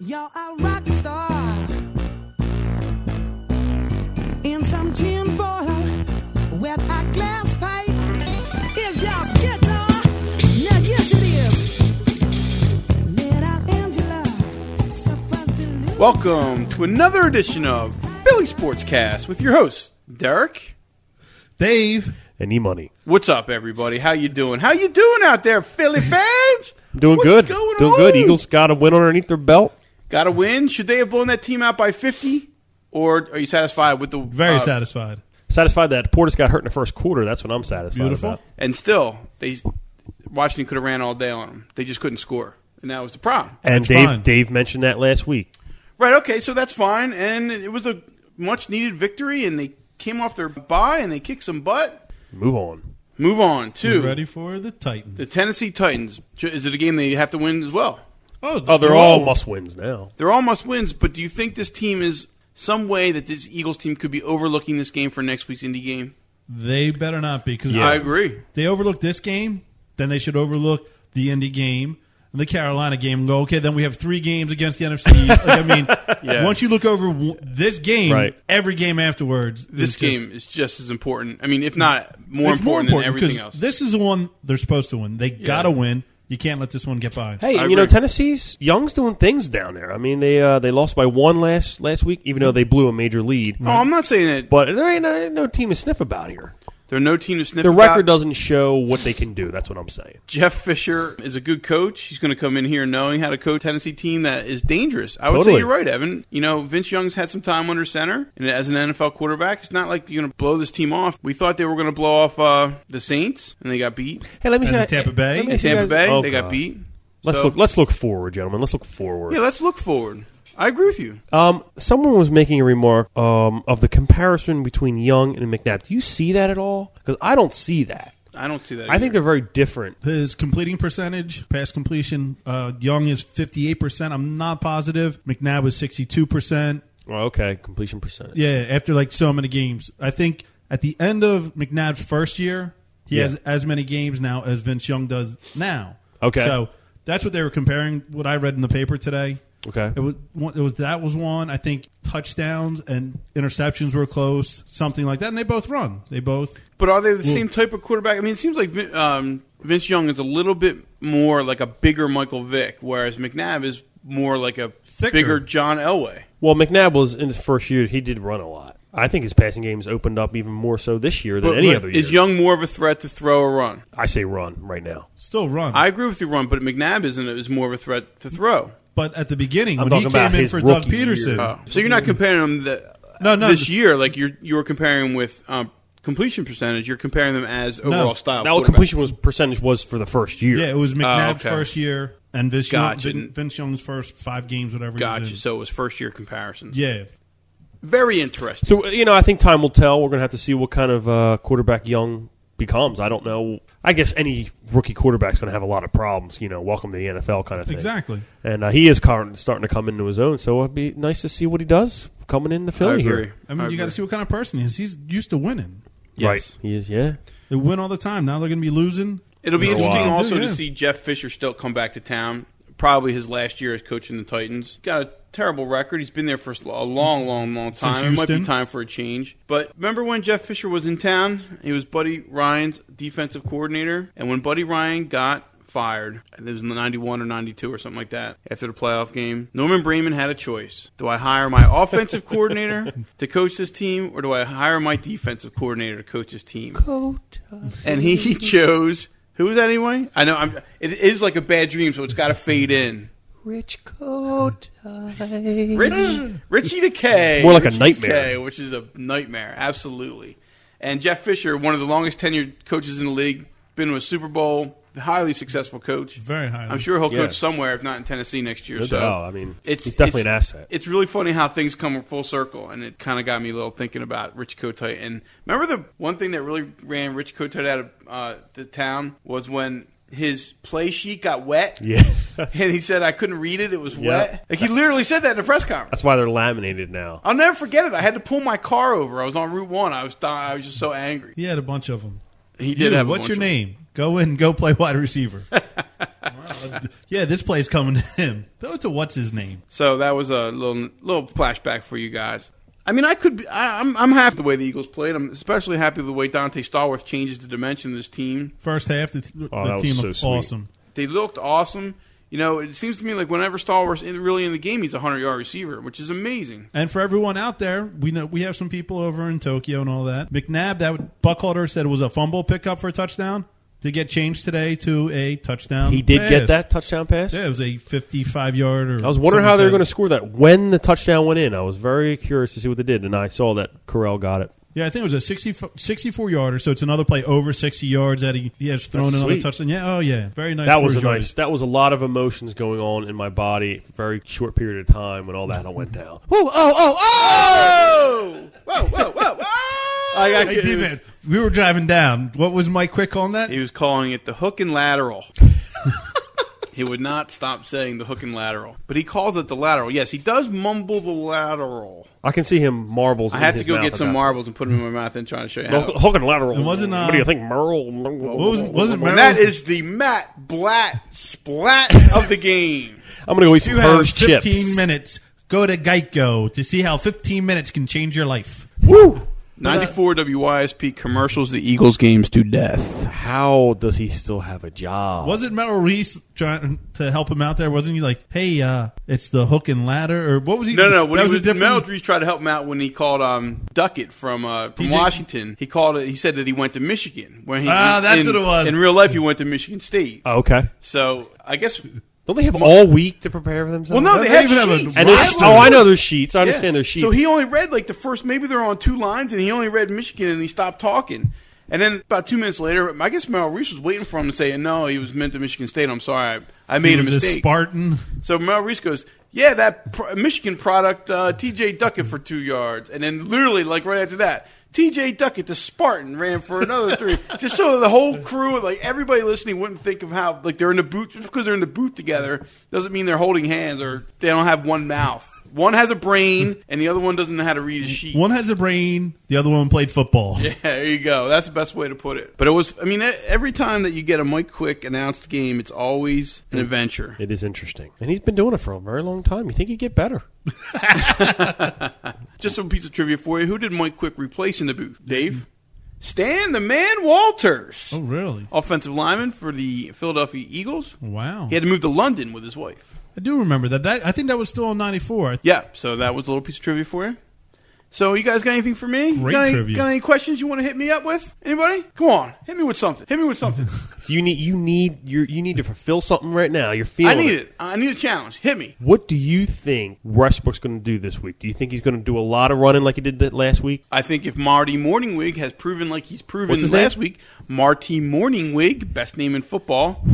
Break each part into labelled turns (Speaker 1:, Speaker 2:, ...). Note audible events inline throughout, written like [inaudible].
Speaker 1: You're a rock star in some tinfoil with a glass pipe. Is your guitar? Now, yes, it is. Little Angela suffers delusion.
Speaker 2: Welcome to another edition of Philly Sportscast with your host Derek.
Speaker 3: Dave.
Speaker 4: and e-money.
Speaker 2: What's up, everybody? How you doing? How you doing out there,
Speaker 4: [laughs]
Speaker 2: Philly fans?
Speaker 4: Doing
Speaker 2: What's
Speaker 4: good.
Speaker 2: going
Speaker 4: Doing good.
Speaker 2: on?
Speaker 4: Eagles got a win underneath their belt.
Speaker 2: got a win. Should they have blown that team out by fifty, or are you satisfied with the
Speaker 3: Very
Speaker 2: uh,
Speaker 3: satisfied.
Speaker 4: Satisfied that Portis got hurt in the first quarter. That's what I'm satisfied
Speaker 3: Beautiful.
Speaker 4: about.
Speaker 2: And still, they Washington could have ran all day on them. They just couldn't score, and that was the problem.
Speaker 4: And
Speaker 3: That's
Speaker 4: Dave,
Speaker 3: fine.
Speaker 4: Dave mentioned that last week.
Speaker 2: Right? Okay, so that's fine. And it was a much needed victory, and they came off their bye and they kicked some butt.
Speaker 4: Move on.
Speaker 2: Move on to
Speaker 3: You ready for the Titans?
Speaker 2: the Tennessee Titans. Is it a game they have to win as well?
Speaker 4: Oh, they're all must wins now.
Speaker 2: They're all must wins, but do you think this team is some way that this Eagles team could be overlooking this game for next week's indie game?
Speaker 3: They better not be because
Speaker 2: I agree.
Speaker 3: they overlook this game, then they should overlook the Indy game and the Carolina game and go, okay, then we have three games against the NFC. East. Like, I mean,
Speaker 2: Yeah.
Speaker 3: once you look over w- this game,
Speaker 4: Right.
Speaker 3: every game afterwards,
Speaker 2: This
Speaker 3: is just-
Speaker 2: game is just as important. I mean, if not more,
Speaker 3: it's
Speaker 2: important, than everything
Speaker 3: 'cause
Speaker 2: else.
Speaker 3: This is the one they're supposed to win. They got to win. You can't let this one get by.
Speaker 4: Hey,
Speaker 2: I
Speaker 4: you know
Speaker 2: agree.
Speaker 4: Tennessee's Young's doing things down there. I mean, they uh, they lost by one last last week, even though they blew a major lead.
Speaker 2: oh, I'm not saying that
Speaker 4: But there ain't, there ain't no team to sniff about here.
Speaker 2: there are no team to sniff.
Speaker 4: Their
Speaker 2: about.
Speaker 4: record doesn't show what they can do. That's what I'm saying.
Speaker 2: Jeff Fisher is a good coach. He's going to come in here knowing how to coach Tennessee team that is dangerous. I would say
Speaker 4: Totally.
Speaker 2: you're right, Evan. You know, Vince Young's had some time under center, and as an NFL quarterback, it's not like you're going to blow this team off. We thought they were going to blow off uh, the Saints, and they got beat.
Speaker 4: Hey, let me
Speaker 3: And
Speaker 4: show
Speaker 3: the Tampa Bay.
Speaker 4: let me
Speaker 3: And
Speaker 4: ask you
Speaker 2: Tampa
Speaker 4: guys-
Speaker 2: Bay,
Speaker 4: Oh,
Speaker 2: they got
Speaker 4: God.
Speaker 2: beat.
Speaker 4: Let's
Speaker 2: So-
Speaker 4: look. Let's look forward, gentlemen. Let's look forward.
Speaker 2: Yeah, let's look forward. I agree with you.
Speaker 4: Um, someone was making a remark um, of the comparison between Young and McNabb. Do you see that at all? Because I don't see that.
Speaker 2: I don't see that.
Speaker 4: I think
Speaker 2: either.
Speaker 4: they're very different.
Speaker 3: His completing percentage, pass completion, uh, Young is 58%. I'm not positive. McNabb is 62%.
Speaker 4: Well, okay, completion percentage.
Speaker 3: Yeah, after like so many games. I think at the end of McNabb's first year, he
Speaker 4: Yeah.
Speaker 3: has as many games now as Vince Young does now.
Speaker 4: Okay.
Speaker 3: So that's what they were comparing what I read in the paper today.
Speaker 4: Okay.
Speaker 3: It was, one- it was that was one. I think touchdowns and interceptions were close, something like that. And they both run. They both
Speaker 2: But are they
Speaker 4: Mm.
Speaker 2: the same type of quarterback? I mean, it seems like Vin- um, Vince Young is a little bit more like a bigger Michael Vick, whereas McNabb is more like a
Speaker 3: Thicker.
Speaker 2: bigger John Elway.
Speaker 4: Well, McNabb was in his first year. He did run a lot. I think his passing game's opened up even more so this year than
Speaker 2: But
Speaker 4: any
Speaker 2: look,
Speaker 4: other year.
Speaker 2: is Young more of a threat to throw or run?
Speaker 4: I say run right now.
Speaker 3: still run.
Speaker 2: I agree with you, run, but McNabb isn't is more of a threat to throw.
Speaker 3: but at the beginning,
Speaker 4: I'm
Speaker 3: when he
Speaker 4: talking about
Speaker 3: came in
Speaker 4: his
Speaker 3: for Doug
Speaker 4: rookie year.
Speaker 3: Peterson,
Speaker 2: Oh. So you're not comparing them the,
Speaker 3: Uh, No, no.
Speaker 2: this year like you're you were comparing with um, completion percentage. You're comparing them as overall style.
Speaker 4: Now,
Speaker 2: quarterback.
Speaker 4: completion was percentage was for the first year.
Speaker 3: yeah, it was McNabb's
Speaker 2: Oh, okay.
Speaker 3: first year and Vince,
Speaker 2: Gotcha.
Speaker 3: Young, Vin- Vince Young's first five games, whatever. he was
Speaker 2: Gotcha.
Speaker 3: in.
Speaker 2: So it was first year comparisons.
Speaker 3: Yeah.
Speaker 2: Very interesting.
Speaker 4: So you know, I think time will tell. We're going to have to see what kind of uh, quarterback Young becomes. I don't know. I guess any rookie quarterback's going to have a lot of problems. You know, welcome to the NFL kind of thing.
Speaker 3: Exactly.
Speaker 4: And uh, he is current, starting to come into his own. So it'd be nice to see what he does coming into
Speaker 2: I
Speaker 4: Philly
Speaker 2: agree.
Speaker 4: here.
Speaker 3: I mean, you got to see what kind of person he is. He's used to winning.
Speaker 2: Yes.
Speaker 4: Right? He is. Yeah.
Speaker 3: They win all the time. Now they're going to be losing.
Speaker 2: It'll be
Speaker 4: For a
Speaker 2: interesting
Speaker 4: while.
Speaker 2: also
Speaker 3: Yeah,
Speaker 2: to
Speaker 3: yeah.
Speaker 2: see Jeff Fisher still come back to town. Probably his last year as coaching the Titans. Got a terrible record. He's been there for a long, long, long time.
Speaker 3: Since
Speaker 2: it might be
Speaker 3: Houston.
Speaker 2: time for a change. But remember when Jeff Fisher was in town? He was Buddy Ryan's defensive coordinator. And when Buddy Ryan got fired, I think it was in the 91 or 92 or something like that, after the playoff game, Norman Bremen had a choice. Do I hire
Speaker 3: [laughs]
Speaker 2: my offensive coordinator to coach this team, or do I hire my defensive coordinator to coach this team? and he, [laughs] he chose who was that anyway? I know I'm. It is like a bad dream, so it's got to fade in.
Speaker 4: Rich coat.
Speaker 3: [laughs]
Speaker 2: Rich, Richie Decay,
Speaker 4: More like a
Speaker 2: Richie
Speaker 4: nightmare.
Speaker 2: Decay, which is a nightmare, absolutely. And Jeff Fisher, one of the longest tenured coaches in the league, been to a Super Bowl, highly successful coach.
Speaker 3: Very highly.
Speaker 2: I'm sure he'll
Speaker 4: Yeah.
Speaker 2: coach somewhere, if not in Tennessee next year.
Speaker 4: No
Speaker 2: so
Speaker 4: doubt. I mean, he's definitely an asset.
Speaker 2: It's really funny how things come full circle, and it kind of got me a little thinking about Rich Kotite. And remember the one thing that really ran Rich Kotite out of uh, the town was when his play sheet got wet.
Speaker 4: [laughs] Yeah.
Speaker 2: [laughs] and he said I couldn't read it; it was
Speaker 4: Yeah.
Speaker 2: wet. Like he literally said that in the press conference.
Speaker 4: That's why they're laminated now.
Speaker 3: Oh,
Speaker 2: I'll never forget it. I had to pull my car over. I was on Route One. I was dying. I was just so angry.
Speaker 3: He had a bunch of them.
Speaker 2: He did
Speaker 3: You,
Speaker 2: have. a
Speaker 3: what's
Speaker 2: bunch
Speaker 3: your
Speaker 2: of- [laughs]
Speaker 3: [laughs] name? Go in. Go play wide receiver. yeah, this play's coming to him. Though to what's his name?
Speaker 2: So that was a little little flashback for you guys. I mean, I could. Be, I, I'm I'm happy the way the Eagles played. I'm especially happy the way Dante Stallworth changes the dimension of this team.
Speaker 3: First half, the, the
Speaker 4: Oh, that was
Speaker 3: team
Speaker 4: so
Speaker 3: looked
Speaker 4: sweet.
Speaker 3: awesome.
Speaker 2: They looked awesome. You know, it seems to me like whenever Stallworth's in, really in the game, he's a hundred yard receiver, which is amazing.
Speaker 3: And for everyone out there, we know we have some people over in Tokyo and all that. McNabb, that Buckholder said was a fumble pickup for a touchdown. Did get changed today to a touchdown.
Speaker 4: He did
Speaker 3: pass.
Speaker 4: get that touchdown pass.
Speaker 3: Yeah, it was a 55 yard. Or
Speaker 4: I was wondering
Speaker 3: something
Speaker 4: how they were
Speaker 3: like
Speaker 4: going to
Speaker 3: that.
Speaker 4: score that when the touchdown went in. I was very curious to see what they did, and I saw that Corell got it.
Speaker 3: Yeah, I think it was a 60, 64 yarder. So it's another play over 60 yards that he, he has thrown
Speaker 4: That's
Speaker 3: another
Speaker 4: sweet.
Speaker 3: touchdown. Yeah, oh yeah, very nice.
Speaker 4: That
Speaker 3: for
Speaker 4: was a
Speaker 3: his yardage.
Speaker 4: nice. That was a lot of emotions going on in my body. Very short period of time when all that went down.
Speaker 3: Oh oh oh
Speaker 2: Oh! Whoa! Whoa! Whoa! Whoa! I got
Speaker 3: Hey,
Speaker 2: it was-
Speaker 3: D-man, we were driving down. What was Mike Quick on that?
Speaker 2: He was calling it the hook and [laughs] lateral. he would not stop saying the hook and lateral, but he calls it the lateral. Yes, he does mumble the lateral.
Speaker 4: I can see him marbles.
Speaker 2: I
Speaker 4: in
Speaker 2: have
Speaker 4: his
Speaker 2: to go
Speaker 4: mouth
Speaker 2: get
Speaker 4: at
Speaker 2: some
Speaker 4: that
Speaker 2: marbles and put them in my mouth and try to show you
Speaker 4: point.
Speaker 2: how.
Speaker 4: Hook, hook and lateral.
Speaker 3: It wasn't, uh,
Speaker 4: what do you think, Merle?
Speaker 3: What was wasn't
Speaker 2: And
Speaker 3: Merrill-
Speaker 2: that is the Matt Blatt splat of the [laughs] game.
Speaker 4: I'm going to go eat some
Speaker 3: you have
Speaker 4: Hers
Speaker 3: 15
Speaker 4: chips.
Speaker 3: minutes. Go to Geico to see how 15 minutes can change your life.
Speaker 4: Woo!
Speaker 2: 94 WYSP commercials the Eagles games to death.
Speaker 4: How does he still have a job?
Speaker 3: Wasn't Merrill Reese trying to help him out there? Wasn't he like, hey, uh, it's the hook and ladder? Or what was he?
Speaker 2: No, no. When
Speaker 3: that
Speaker 2: he was,
Speaker 3: a different.
Speaker 2: Mel Drees tried to help him out when he called um, Duckett from uh, from
Speaker 3: DJ
Speaker 2: Washington. He called it. He said that he went to Michigan. When he,
Speaker 3: Ah, that's
Speaker 2: in,
Speaker 3: what it was.
Speaker 2: In real life, he went to Michigan State.
Speaker 4: Oh, okay.
Speaker 2: So I guess.
Speaker 4: Don't they have all week to prepare for themselves?
Speaker 2: Well, no,
Speaker 3: They
Speaker 2: they, have
Speaker 3: even have a
Speaker 2: sheets.
Speaker 3: And
Speaker 4: And there's-
Speaker 3: Rival.
Speaker 4: oh, I know there's sheets. I understand
Speaker 2: their
Speaker 4: there's sheets.
Speaker 2: So he only read like the first. Maybe they're on two lines, and he only read Michigan, and he stopped talking. And then about two minutes later, I guess Merrill Reese was waiting for him to say, "No, he was meant to Michigan State. I'm sorry, I, I
Speaker 3: He
Speaker 2: made a
Speaker 3: was
Speaker 2: mistake."
Speaker 3: Spartan.
Speaker 2: So Mel Reese goes, "Yeah, that pr- Michigan product, uh, T.J. Duckett for two yards," and then literally like right after that, T.J. Duckett, the Spartan, ran for another three, just so that the whole crew, like everybody listening, wouldn't think of how like they're in the booth. Just because they're in the booth together doesn't mean they're holding hands or they don't have one mouth. One has a brain, and the other one doesn't know how to read a sheet.
Speaker 3: One has a brain, the other one played football.
Speaker 2: Yeah, [laughs] there you go. That's the best way to put it. But it was, I mean, e- every time that you get a Mike Quick announced game, it's always an adventure.
Speaker 4: It is interesting. And he's been doing it for a very long time. You think he'd get better.
Speaker 2: Just a piece of trivia for you. Who did Mike Quick replace in the booth? Dave? Stan the Man Walters.
Speaker 3: Oh, really?
Speaker 2: Offensive lineman for the Philadelphia Eagles.
Speaker 3: Wow.
Speaker 2: He had to move to London with his wife.
Speaker 3: I do remember that. that. I think that was still on 94.
Speaker 2: Yeah, so that was a little piece of trivia for you. So you guys got anything for me? You
Speaker 3: Great
Speaker 2: got any,
Speaker 3: trivia.
Speaker 2: Got any questions you want to hit me up with? Anybody? Come on, hit me with something. Hit me with something.
Speaker 4: So you need you need you you need to fulfill something right now. You're
Speaker 2: I
Speaker 4: feeling
Speaker 2: need it. I need a challenge. Hit me.
Speaker 4: What do you think Westbrook's going to do this week? Do you think he's going to do a lot of running like he did that last week?
Speaker 2: I think if Marty Morningwig has proven like he's proven
Speaker 4: What's his
Speaker 2: last
Speaker 4: name?
Speaker 2: week, Marty Morningwig, best name in football.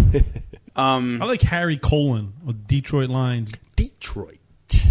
Speaker 3: I like Harry Colin with Detroit Lions.
Speaker 4: Detroit.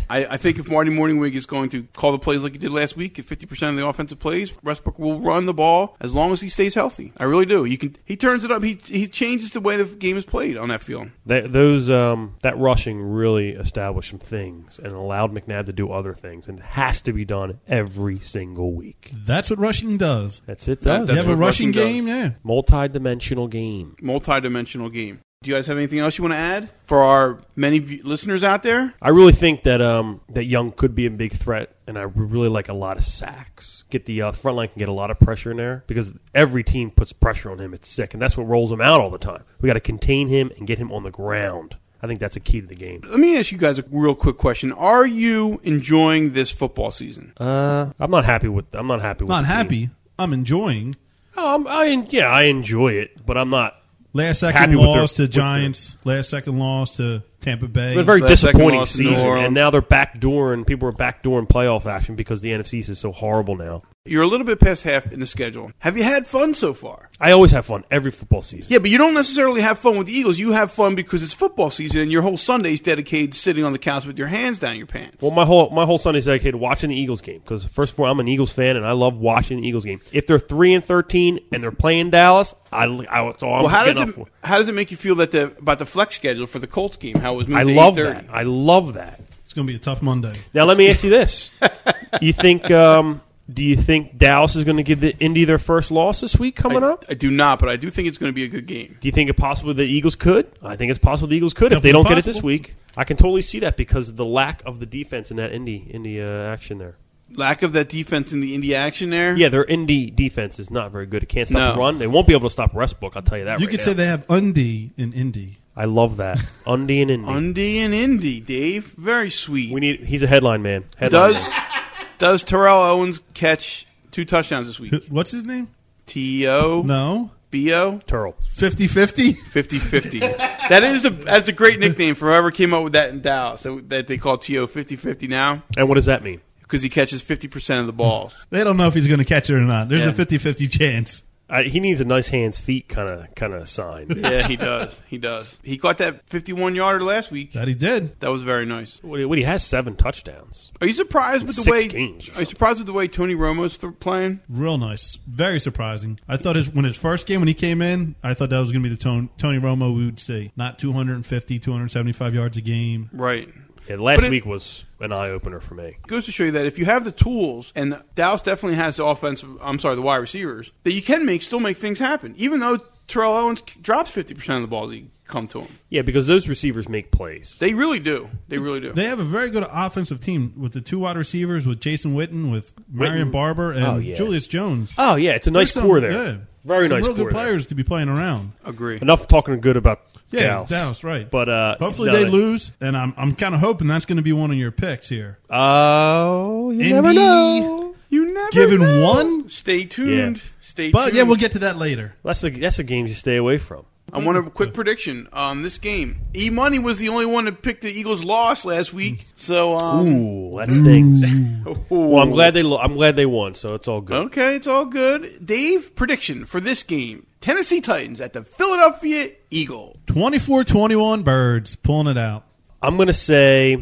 Speaker 2: I, I think if Marty Morningwig is going to call the plays like he did last week, at 50% of the offensive plays, Westbrook will run the ball as long as he stays healthy. I really do. You can he turns it up. He he changes the way the game is played on that field.
Speaker 4: That, those um, that rushing really established some things and allowed McNabb to do other things, and it has to be done every single week.
Speaker 3: That's what rushing does.
Speaker 4: That's it.
Speaker 2: That-
Speaker 4: Does
Speaker 3: You
Speaker 2: that's
Speaker 3: have a
Speaker 2: what
Speaker 3: rushing,
Speaker 2: rushing does.
Speaker 3: game, yeah.
Speaker 4: multi-dimensional game.
Speaker 2: Multi-dimensional game. Do you guys have anything else you want to add for our many v- listeners out there?
Speaker 4: I really think that um, that Young could be a big threat, and I really like a lot of sacks. Get the uh, front line can get a lot of pressure in there because every team puts pressure on him. It's sick, and that's what rolls him out all the time. We got to contain him and get him on the ground. I think that's a key to the game.
Speaker 2: Let me ask you guys a real quick question. Are you enjoying this football season?
Speaker 4: Uh, I'm not happy with. I'm not happy. with
Speaker 3: Not
Speaker 4: the team.
Speaker 3: happy. I'm enjoying.
Speaker 4: Oh, I'm, I en- yeah, I enjoy it, but I'm not.
Speaker 3: Last second
Speaker 4: Happy with their-
Speaker 3: loss
Speaker 4: with
Speaker 3: to
Speaker 4: their-
Speaker 3: Giants. Last second loss to Tampa Bay.
Speaker 4: It's been a very
Speaker 2: That second
Speaker 4: disappointing
Speaker 2: loss to New
Speaker 4: season, and
Speaker 2: Orleans.
Speaker 4: now they're backdooring. People are backdooring playoff action because the NFC East is so horrible now.
Speaker 2: You're a little bit past half in the schedule. Have you had fun so far?
Speaker 4: I always have fun every football season.
Speaker 2: Yeah, but you don't necessarily have fun with the Eagles. You have fun because it's football season and your whole Sunday's dedicated to sitting on the couch with your hands down your pants.
Speaker 4: Well, my whole my whole Sunday's dedicated to watching the Eagles game because first of all, I'm an Eagles fan and I love watching the Eagles game. If they're three and thirteen and they're playing Dallas, I, I that's all I'm
Speaker 2: Well, how does
Speaker 4: getting up
Speaker 2: it
Speaker 4: for.
Speaker 2: how does it make you feel that the about the flex schedule for the Colts game? How it was moved
Speaker 4: I
Speaker 2: to
Speaker 4: love
Speaker 2: 8:30?
Speaker 4: that. I love that.
Speaker 3: it's going to be a tough Monday.
Speaker 2: [laughs]
Speaker 4: Now let me ask you this: You think um, Do you think Dallas is going to give the Indy their first loss this week coming
Speaker 2: I,
Speaker 4: up?
Speaker 2: I do not, but I do think it's going to be a good game.
Speaker 4: Do you think it possible the Eagles could? I think it's possible the Eagles could if they
Speaker 3: Definitely
Speaker 4: don't get it this
Speaker 3: possible.
Speaker 4: week. I can totally see that because of the lack of the defense in that Indy Indy uh, action there.
Speaker 2: Lack of that defense in the Indy action there.
Speaker 4: Yeah, their Indy defense is not very good. It can't stop
Speaker 2: No.
Speaker 4: a run. They won't be able to stop Westbrook. I'll tell you that.
Speaker 3: You
Speaker 4: right
Speaker 3: could
Speaker 4: now.
Speaker 3: say they have Undy in Indy.
Speaker 4: I love that Undy and Indy.
Speaker 2: Undy and Indy, Dave. Very sweet.
Speaker 4: we need. He's a headline man. Headline
Speaker 2: does
Speaker 4: man.
Speaker 2: does Terrell Owens catch two touchdowns this week?
Speaker 4: [laughs]
Speaker 3: Who- What's his name?
Speaker 2: T O
Speaker 3: No.
Speaker 2: B O
Speaker 4: Turl?
Speaker 3: 50 50?
Speaker 2: 50-50. That is a that's a great nickname for whoever came up with that in Dallas that, that they call T O 50-50 now
Speaker 4: And what does that mean?
Speaker 2: because he catches fifty percent of the balls.
Speaker 3: [laughs] They don't know if he's going to catch it or not. There's
Speaker 2: Yeah.
Speaker 3: a 50 50 chance.
Speaker 4: I, he needs a nice hands feet kind of kind of sign.
Speaker 2: yeah, he does. He does. He caught that fifty-one yarder last week.
Speaker 3: That he did.
Speaker 2: That was very nice.
Speaker 4: [laughs] what, he- what he has seven touchdowns.
Speaker 2: Are you surprised with the
Speaker 4: Six
Speaker 2: way?
Speaker 4: games or
Speaker 2: Are you surprised with the way Tony Romo's th- playing?
Speaker 3: Real nice. Very surprising. I thought his, when his first game, when he came in, I thought that was going to be the tone, Tony Romo we would see. Not 250, 275 yards a game.
Speaker 2: Right.
Speaker 4: Yeah, last
Speaker 2: But it-
Speaker 4: week was an eye opener for me.
Speaker 2: goes to show you that if you have the tools, and Dallas definitely has the offensive, I'm sorry, the wide receivers, that you can make still make things happen. Even though Terrell Owens k- drops 50% of the balls he come to him.
Speaker 4: Yeah, because those receivers make plays.
Speaker 2: They really do. They really do.
Speaker 3: They have a very good offensive team with the two wide receivers, with Jason Witten, with Marion
Speaker 4: Witten.
Speaker 3: Barber, and
Speaker 4: Oh, yeah.
Speaker 3: Julius Jones.
Speaker 4: Oh yeah, it's a nice
Speaker 3: There's some-
Speaker 4: core there.
Speaker 3: um, yeah.
Speaker 4: Very
Speaker 3: Some
Speaker 4: nice
Speaker 3: Real
Speaker 4: core
Speaker 3: good
Speaker 4: there.
Speaker 3: players to be playing around.
Speaker 2: Agree.
Speaker 4: Enough talking good about
Speaker 3: Yeah,
Speaker 4: Dallas.
Speaker 3: Dallas, right.
Speaker 4: But uh,
Speaker 3: Hopefully
Speaker 4: no,
Speaker 3: they lose, and I'm I'm kind of hoping that's going to be one of your picks here.
Speaker 4: Oh, you
Speaker 3: Indy
Speaker 4: never know.
Speaker 2: You never
Speaker 3: Given
Speaker 2: know.
Speaker 3: one,
Speaker 2: Stay tuned.
Speaker 4: Yeah.
Speaker 2: Stay tuned.
Speaker 3: but yeah, we'll get to that later.
Speaker 4: That's the that's the games you stay away from.
Speaker 2: I want a quick prediction on this game. E Money was the only one to pick the Eagles' loss last week. So, um,
Speaker 4: Ooh, that stings.
Speaker 2: well,
Speaker 4: [laughs] Well, I'm glad they lo- I'm glad they won, so it's all good.
Speaker 2: Okay, it's all good. Dave, prediction for this game Tennessee Titans at the Philadelphia Eagle.
Speaker 3: 24-21 birds pulling it out.
Speaker 4: I'm gonna say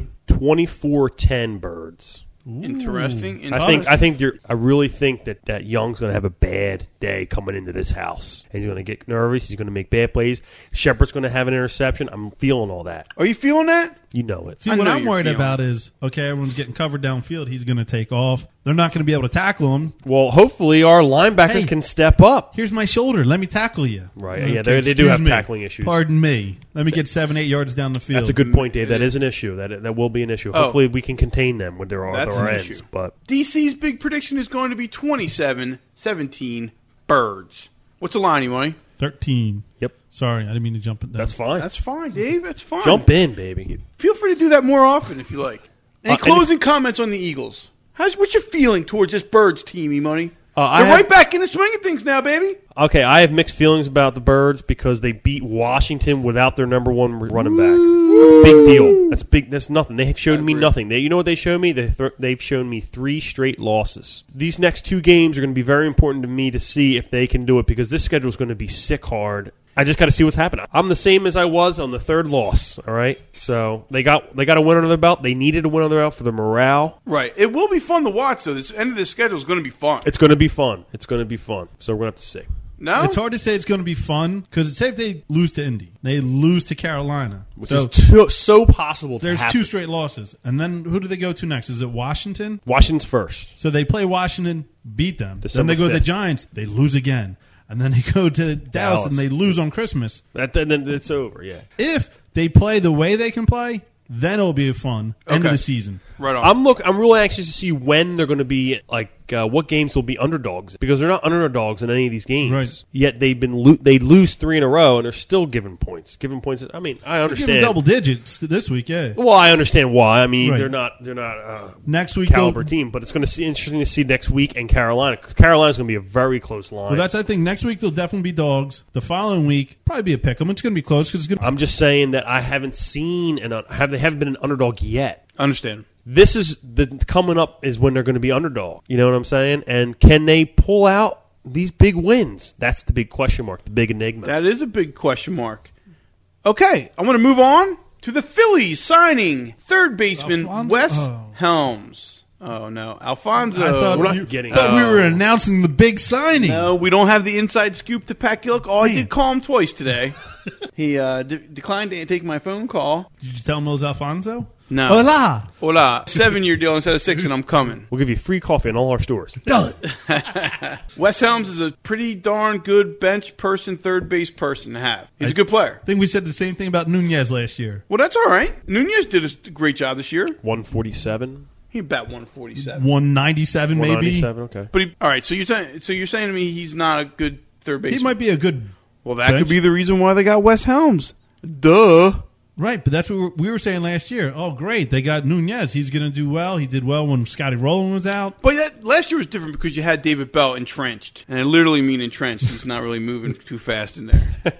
Speaker 4: 24-10 birds.
Speaker 2: Interesting. Interesting.
Speaker 4: I think I think you're, I really think that that Young's going to have a bad day coming into this house. He's going to get nervous. He's going to make bad plays. Shepard's going to have an interception. I'm feeling all that.
Speaker 2: Are you feeling that?
Speaker 4: You know it.
Speaker 3: See,
Speaker 2: I
Speaker 3: what
Speaker 2: know
Speaker 3: I'm
Speaker 2: you're
Speaker 3: worried
Speaker 2: feeling.
Speaker 3: about is okay, everyone's getting covered downfield. He's going to take off. They're not going to be able to tackle him.
Speaker 4: Well, hopefully our linebackers
Speaker 3: Hey.
Speaker 4: can step up.
Speaker 3: Here's my shoulder. Let me tackle you.
Speaker 4: Right, yeah, they- they do
Speaker 3: excuse
Speaker 4: have
Speaker 3: me.
Speaker 4: tackling issues.
Speaker 3: Pardon me. Let me get seven, eight yards down the field.
Speaker 4: That's a good point, Dave. That is an issue. That that will be an issue.
Speaker 2: Oh.
Speaker 4: Hopefully, we can contain them when there are
Speaker 2: That's
Speaker 4: there are
Speaker 2: an
Speaker 4: ends.
Speaker 2: issue.
Speaker 4: But
Speaker 2: DC's big prediction is going to be 27 17 birds. What's the line, anyway?
Speaker 3: thirteen.
Speaker 4: yep,
Speaker 3: Sorry, I didn't mean to jump it down.
Speaker 4: that's fine.
Speaker 2: That's fine, Dave. That's fine.
Speaker 4: Jump in, baby.
Speaker 2: Feel free to do that more often if you like. Any
Speaker 4: Uh, and
Speaker 2: closing comments on the Eagles? How's, what's your feeling towards this birds team, E-Money?
Speaker 4: Uh, I
Speaker 2: They're
Speaker 4: have-
Speaker 2: right back in the swing of things now, baby.
Speaker 4: Okay, I have mixed feelings about the Birds because they beat Washington without their number one r- running back. Big deal. That's big. That's nothing. They have shown me
Speaker 2: agree.
Speaker 4: nothing. They, you know what they showed me? They th- they've shown me three straight losses. These next two games are going to be very important to me to see if they can do it because this schedule is going to be sick hard. I just got to see what's happening. I'm the same as I was on the third loss. All right, so they got they got a win under their belt. They needed a win under their belt for the morale.
Speaker 2: Right. It will be fun to watch, though. This end of this schedule is going to be fun.
Speaker 4: It's going to be fun. It's going to be fun. So we're going to have to see.
Speaker 2: no?
Speaker 3: It's hard to say it's going to be fun because say if they lose to Indy, they lose to Carolina,
Speaker 4: Which
Speaker 3: so
Speaker 4: is too, so possible. To
Speaker 3: there's
Speaker 4: happen.
Speaker 3: two straight losses, and then who do they go to next? Is it Washington?
Speaker 4: Washington's first.
Speaker 3: So they play Washington, beat them.
Speaker 4: December
Speaker 3: then they go to the
Speaker 4: 5th.
Speaker 3: Giants, they lose again, and then they [laughs] go to Dallas,
Speaker 4: Dallas.
Speaker 3: and they lose on Christmas.
Speaker 4: That, then, then it's over. Yeah,
Speaker 3: If they play the way they can play, then it'll be fun end of
Speaker 2: Okay.
Speaker 3: the season.
Speaker 2: right on.
Speaker 4: I'm look. I'm really anxious to see when they're going to be like uh, what games will be underdogs because they're not underdogs in any of these games.
Speaker 3: Right.
Speaker 4: Yet they've been lo- they lose three in a row and they're still giving points. Giving points. I mean, I
Speaker 3: Give them
Speaker 4: understand.
Speaker 3: double digits this week, yeah.
Speaker 4: well, I understand why. I mean,
Speaker 3: Right.
Speaker 4: they're not they're not uh,
Speaker 3: Next week, they'll-
Speaker 4: caliber team, but it's going to see interesting to see next week and Carolina. 'cause Carolina's going to be a very close line.
Speaker 3: Well, that's I think next week they'll definitely be dogs. The following week probably be a pick 'em. It's going to be close because it's going to
Speaker 4: I'm just saying that I haven't seen and have they haven't been an underdog yet.
Speaker 2: Understand.
Speaker 4: this is the coming up is when they're going to be underdog. You know what I'm saying? And can they pull out these big wins? That's the big question mark, the big enigma.
Speaker 2: That is a big question mark. Okay, I want to move on to the Phillies signing third baseman
Speaker 3: Alfonso-
Speaker 2: Wes
Speaker 3: oh.
Speaker 2: Helms. Oh no, Alfonso.
Speaker 3: I thought,
Speaker 4: we're not
Speaker 3: you-
Speaker 4: getting
Speaker 3: thought
Speaker 4: it.
Speaker 3: we were announcing the big signing.
Speaker 2: no, we don't have the inside scoop to Pat Gillick. Oh, I
Speaker 3: Man.
Speaker 2: did call him
Speaker 3: [laughs]
Speaker 2: twice today. he uh, de- declined to take my phone call.
Speaker 3: Did you tell him it was Alfonso?
Speaker 2: No.
Speaker 3: Hola.
Speaker 2: Hola. Seven year deal instead of six, and I'm coming.
Speaker 4: We'll give you free coffee in all our stores.
Speaker 3: Done.
Speaker 2: Wes Helms is a pretty darn good bench person, third base person to have. He's a good player.
Speaker 3: I think we said the same thing about Nunez last year.
Speaker 2: Well, that's all right. Nunez did a great job this year.
Speaker 4: 147,
Speaker 2: He bat 147.
Speaker 3: 197 maybe.
Speaker 4: 197, okay.
Speaker 2: But he, all right, so you're saying so you're saying to me he's not a good third
Speaker 3: He
Speaker 2: baseman.
Speaker 3: might be a good
Speaker 2: well, that
Speaker 3: bench.
Speaker 2: could be the reason why they got Wes Helms. Duh.
Speaker 3: Right, but that's what we were, we were saying last year. Oh, great. They got Nunez. He's going to do well. He did well when Scotty Rowland was out.
Speaker 2: But that last year was different because you had David Bell entrenched, and I literally mean entrenched. He's not really moving too fast in
Speaker 3: [laughs]
Speaker 2: there.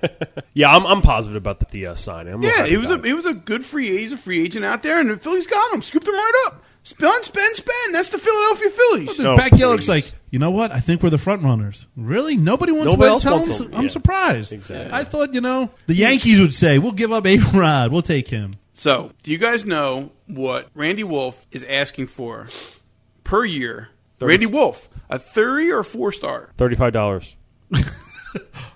Speaker 4: Yeah, I'm, I'm positive about the, the uh, signing. I'm not
Speaker 2: Yeah,
Speaker 4: happy
Speaker 2: he was a
Speaker 4: about
Speaker 2: he was a good free agent, he's a free agent out there, and the Phillies got him, scooped him right up. Spend, spend, spend. That's the Philadelphia Phillies.
Speaker 4: No,
Speaker 3: Pat Gillick's
Speaker 4: Oh, please.
Speaker 3: like, you know what? I think we're the front runners. Really? Nobody wants
Speaker 4: Nobody
Speaker 3: Wes
Speaker 4: else wants
Speaker 3: Helms?
Speaker 4: him.
Speaker 3: I'm
Speaker 4: Yeah.
Speaker 3: surprised.
Speaker 4: Exactly.
Speaker 3: I thought, you know, the Yankees would say, we'll give up A Rod. We'll take him.
Speaker 2: So, do you guys know what Randy Wolf is asking for per year? Randy Wolf, a three or four
Speaker 3: [laughs]
Speaker 2: star,
Speaker 4: $35.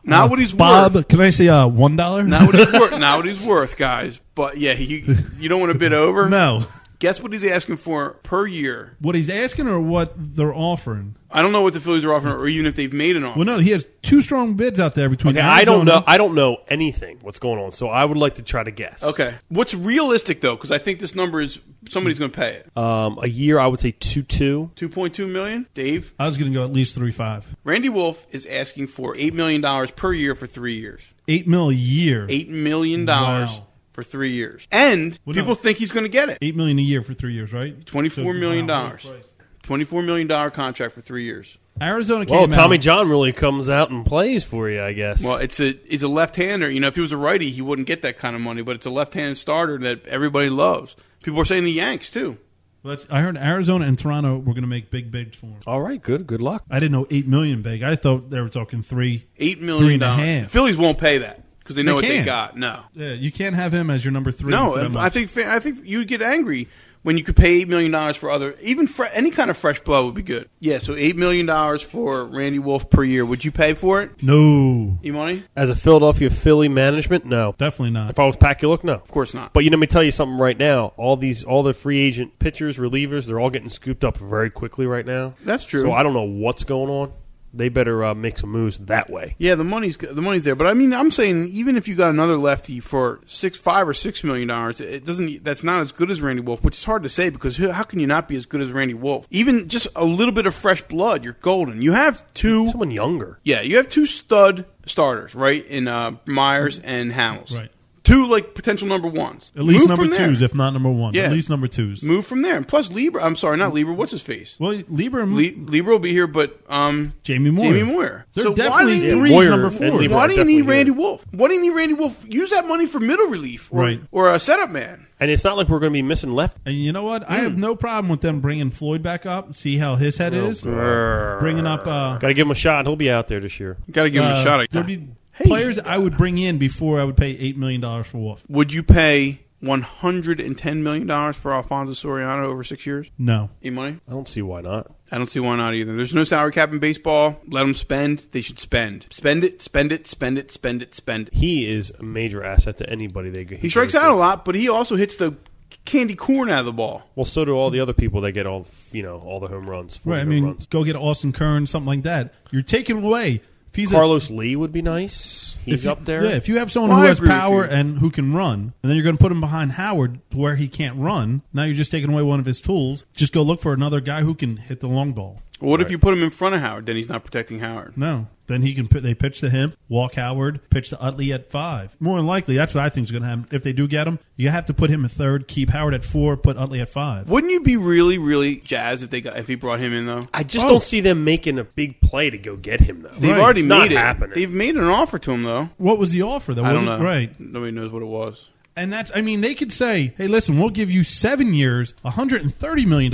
Speaker 2: not what he's
Speaker 3: Bob,
Speaker 2: worth.
Speaker 3: can I say uh, $1?
Speaker 2: Not what he's worth. Not what he's worth, guys. But yeah, he, you don't want to bid over.
Speaker 3: [laughs] [laughs] no.
Speaker 2: Guess what he's asking for per year?
Speaker 3: What he's asking or what they're offering?
Speaker 2: I don't know what the Phillies are offering, or even if they've made an offer.
Speaker 3: Well, no, he has two strong bids out there between
Speaker 4: Okay, I don't
Speaker 3: Arizona-
Speaker 4: know. I don't know anything what's going on, so I would like to try to guess.
Speaker 2: Okay. What's realistic though? Because I think this number is somebody's going to pay it.
Speaker 3: Uh,
Speaker 4: Um, a year, I would say two two.
Speaker 2: Two point two million. Dave,
Speaker 3: I was going to go at least 3 5
Speaker 2: Randy Wolf is asking for eight million dollars per year for three years.
Speaker 3: 8 mil a year.
Speaker 2: Eight million dollars
Speaker 3: Wow.
Speaker 2: for three years, and
Speaker 3: Well,
Speaker 2: people
Speaker 3: no.
Speaker 2: think he's going to get it.
Speaker 3: Eight million a year for three years, right?
Speaker 2: Twenty-four
Speaker 3: So,
Speaker 2: million
Speaker 3: wow.
Speaker 2: dollars. Twenty-four million dollar contract for three years.
Speaker 3: Arizona came
Speaker 4: Well, Tommy
Speaker 3: out.
Speaker 4: John really comes out and plays for you, I guess.
Speaker 2: Well, it's a he's a left-hander. You know, if he was a righty, he wouldn't get that kind of money. But it's a left-handed starter that everybody loves. People are saying the Yanks too.
Speaker 3: Let's- I heard Arizona and Toronto were going to make big bids for him.
Speaker 4: all right, good, good luck.
Speaker 3: I didn't know eight million big. I thought they were talking three.
Speaker 2: Eight
Speaker 3: Three
Speaker 2: million
Speaker 3: and a
Speaker 2: dollars.
Speaker 3: half.
Speaker 2: Phillies won't pay that because they know
Speaker 3: They
Speaker 2: what they
Speaker 3: can't.
Speaker 2: got. No.
Speaker 3: Yeah, you can't have him as your number three. for that
Speaker 2: No, I
Speaker 3: much.
Speaker 2: think I think you'd get angry when you could pay eight million dollars for other even fre- any kind of fresh blood would be good. Yeah, so eight million dollars for Randy Wolf per year. Would you pay for it?
Speaker 3: no,
Speaker 2: E money?
Speaker 4: As a Philadelphia Philly management, no.
Speaker 3: definitely not.
Speaker 4: If I was Pat Gillick, no.
Speaker 2: Of course not.
Speaker 4: But you know, let me tell you something right now. All these, all the free agent pitchers, relievers, they're all getting scooped up very quickly right now.
Speaker 2: That's true.
Speaker 4: So I don't know what's going on. They better uh, make some moves that way.
Speaker 2: yeah, the money's the money's there. But I mean, I'm saying even if you got another lefty for six, five or six million dollars, it doesn't. That's not as good as Randy Wolf, which is hard to say because who- how can you not be as good as Randy Wolf? Even just a little bit of fresh blood, you're golden. You have two.
Speaker 4: Someone younger.
Speaker 2: Yeah, you have two stud starters, right? In uh, Myers and Hamels.
Speaker 3: Mm-hmm. Right.
Speaker 2: Two like potential number ones.
Speaker 3: At
Speaker 2: Move
Speaker 3: least number
Speaker 2: from there.
Speaker 3: twos, if not number one.
Speaker 2: Yeah.
Speaker 3: At least number twos.
Speaker 2: Move from there. And plus Libra I'm sorry, not Libra, what's his face?
Speaker 3: Well, Lieber and
Speaker 2: Le- Libra will be here, but um
Speaker 3: Jamie Moyer.
Speaker 2: Jamie Moore.
Speaker 3: They're
Speaker 2: so
Speaker 3: definitely
Speaker 2: why do you
Speaker 3: threes,
Speaker 2: need,
Speaker 4: Moyer
Speaker 3: number
Speaker 4: and
Speaker 3: fours.
Speaker 4: Lieber.
Speaker 2: why do you
Speaker 4: Definitely
Speaker 2: need Randy
Speaker 4: here.
Speaker 2: Wolf? Why do you need Randy Wolf? Use that money for middle relief or,
Speaker 3: Right.
Speaker 2: or a setup man.
Speaker 4: And it's not like we're going to be missing left.
Speaker 3: And you know what? I
Speaker 2: Hmm.
Speaker 3: have no problem with them bringing Floyd back up. See how his head is. Bringing up. Uh,
Speaker 4: Got to give him a shot. He'll be out there this year.
Speaker 2: Gotta give him a
Speaker 3: uh,
Speaker 2: shot at
Speaker 3: there'd be players I would bring in before I would pay eight million dollars for Wolf.
Speaker 2: Would you pay one hundred and ten million dollars for Alfonso Soriano over six years?
Speaker 3: No.
Speaker 2: E money?
Speaker 4: I don't see why not.
Speaker 2: I don't see why not either. There's no salary cap in baseball. Let them spend. They should spend. Spend it, spend it, spend it, spend it, spend it.
Speaker 4: He is a major asset to anybody they get.
Speaker 2: He strikes out a lot, but he also hits the candy corn out of the ball.
Speaker 4: Well, so do all the other people that get all you know all the home runs. 40
Speaker 3: Right. I
Speaker 4: home
Speaker 3: mean,
Speaker 4: runs.
Speaker 3: go get Austin Kern, something like that. You're taking away. If he's a-
Speaker 4: Carlos Lee would be nice. He's
Speaker 3: if you-
Speaker 4: up there.
Speaker 3: Yeah, if you have someone
Speaker 2: Well,
Speaker 3: who
Speaker 2: I
Speaker 3: has
Speaker 2: agree with
Speaker 3: power
Speaker 2: you.
Speaker 3: and who can run, and then you're going to put him behind Howard to where he can't run, now you're just taking away one of his tools. Just go look for another guy who can hit the long ball.
Speaker 2: Well, what if you put him in front of Howard? Then he's not protecting Howard.
Speaker 3: No. Then he can put, they pitch to him, walk Howard, pitch to Utley at five. More than likely, that's what I think is going to happen. If they do get him, you have to put him at third, keep Howard at four, put Utley at five.
Speaker 2: Wouldn't you be really, really jazzed if they got, if he brought him in though?
Speaker 4: I just
Speaker 3: Oh.
Speaker 4: don't see them making a big play to go get him though.
Speaker 2: They've
Speaker 3: Right,
Speaker 2: already
Speaker 4: it's
Speaker 2: made
Speaker 4: not
Speaker 2: it.
Speaker 4: happening.
Speaker 2: They've made an offer to him though.
Speaker 3: What was the offer? That
Speaker 2: I
Speaker 3: was
Speaker 2: don't know.
Speaker 3: right.
Speaker 2: Nobody knows what it was.
Speaker 3: And that's, I mean, they could say, hey, listen, we'll give you seven years, $130 million,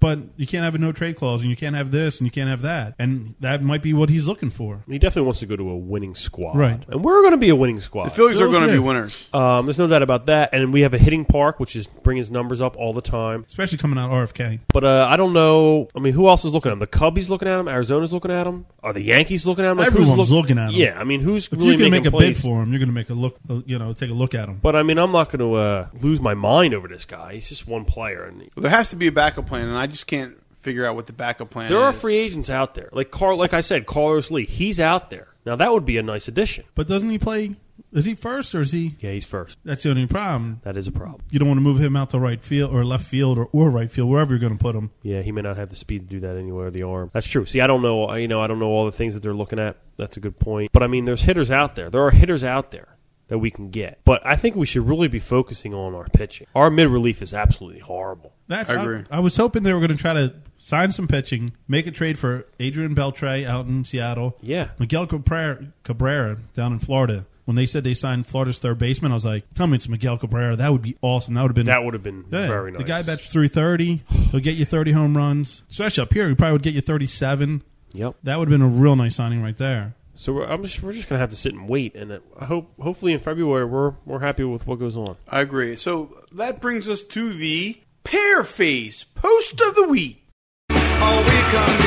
Speaker 3: but you can't have a no trade clause and you can't have this and you can't have that. And that might be what he's looking for.
Speaker 4: He definitely wants to go to a winning squad,
Speaker 3: Right.
Speaker 4: And we're going to be a winning squad.
Speaker 2: The Phillies are
Speaker 3: Phillies
Speaker 2: going to be
Speaker 3: did.
Speaker 2: winners.
Speaker 4: um, there's no doubt about that. And we have a hitting park, which is bringing his numbers up all the time.
Speaker 3: Especially coming out of RFK.
Speaker 4: But uh, I don't know. I mean, who else is looking at him? The Cubbies looking at him. Arizona's looking at him. Are the Yankees looking at him? Like, who's
Speaker 3: Everyone's
Speaker 4: look-
Speaker 3: looking at him.
Speaker 4: Yeah, I mean, who's
Speaker 3: If
Speaker 4: really
Speaker 3: you can
Speaker 4: making
Speaker 3: make a
Speaker 4: plays?
Speaker 3: bid for him, you're going to make a look, uh, you know, take a look at him.
Speaker 4: But I mean, mean, I'm not going to uh, lose my mind over this guy. He's just one player, and
Speaker 2: There has to be a backup plan, and I just can't figure out what the backup plan
Speaker 4: there
Speaker 2: is.
Speaker 4: are free agents out there. Like Carl, like I said, Carlos Lee, he's out there. Now that would be a nice addition.
Speaker 3: But doesn't he play? Is he first or is he?
Speaker 4: Yeah, he's first.
Speaker 3: That's the only problem.
Speaker 4: That is a problem.
Speaker 3: You don't want to move him out to right field or left field or, or right field, wherever you're going to put him.
Speaker 4: Yeah, he may not have the speed to do that anywhere. The arm. That's true. See, I don't know. You know, I don't know all the things that they're looking at. That's a good point. But I mean, there's hitters out there. There are hitters out there that we can get. But I think we should really be focusing on our pitching. Our mid relief is absolutely horrible.
Speaker 3: That's
Speaker 2: I agree.
Speaker 3: I, was hoping they were going to try to sign some pitching, make a trade for Adrian Beltre out in Seattle.
Speaker 4: Yeah.
Speaker 3: Miguel Cabrera, Cabrera down in Florida. When they said they signed Florida's third baseman, I was like, "Tell me it's Miguel Cabrera. That would be awesome. That would have been
Speaker 4: That would have been
Speaker 3: Yeah,
Speaker 4: very nice.
Speaker 3: The guy bats 330. He'll get you 30 home runs. Especially up here, he probably would get you 37.
Speaker 4: Yep.
Speaker 3: That would have been a real nice signing right there.
Speaker 4: So we're, I'm just we're just gonna have to sit and wait, and it- I hope hopefully in February we're we're happy with what goes on.
Speaker 2: I agree. So that brings us to the pear phase post of the week.
Speaker 5: Oh, we can be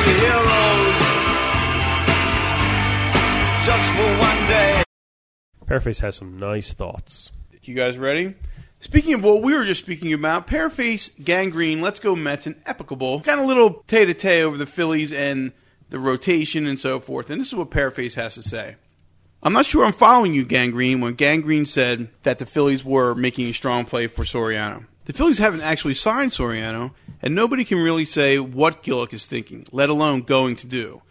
Speaker 5: heroes just for one day.
Speaker 4: Pearface has some nice thoughts.
Speaker 2: You guys ready? Speaking of what we were just speaking about, Pearface, Gangrene, Let's Go Mets, and Epicable. Kind of little tete a tete over the Phillies and the rotation and so forth. And this is what Pearface has to say. I'm not sure I'm following you, Gangrene, when Gangrene said that the Phillies were making a strong play for Soriano. The Phillies haven't actually signed Soriano, and nobody can really say what Gillick is thinking, let alone going to do.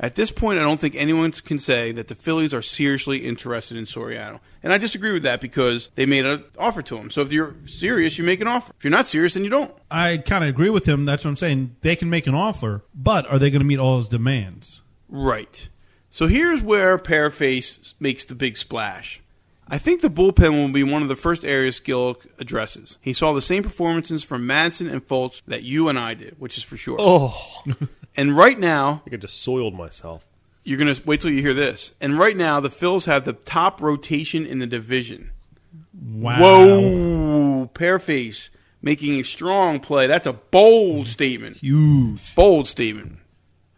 Speaker 2: At this point, I don't think anyone can say that the Phillies are seriously interested in Soriano. And I disagree with that because they made an offer to him. So if you're serious, you make an offer. If you're not serious, then you don't.
Speaker 3: I kind of agree with him. That's what I'm saying. They can make an offer, but are they going to meet all his demands?
Speaker 2: Right. So here's where Pearface makes the big splash. I think the bullpen will be one of the first areas Gillick addresses. He saw the same performances from Madsen and Fultz that you and I did, which is for sure.
Speaker 4: Oh, I
Speaker 2: [laughs] And right now,
Speaker 4: think I just soiled myself.
Speaker 2: you're going to wait till you hear this. And right now, the Phils have the top rotation in the division.
Speaker 3: Wow.
Speaker 2: Whoa, Pearface making a strong play. That's a bold statement.
Speaker 3: Huge.
Speaker 2: Bold statement.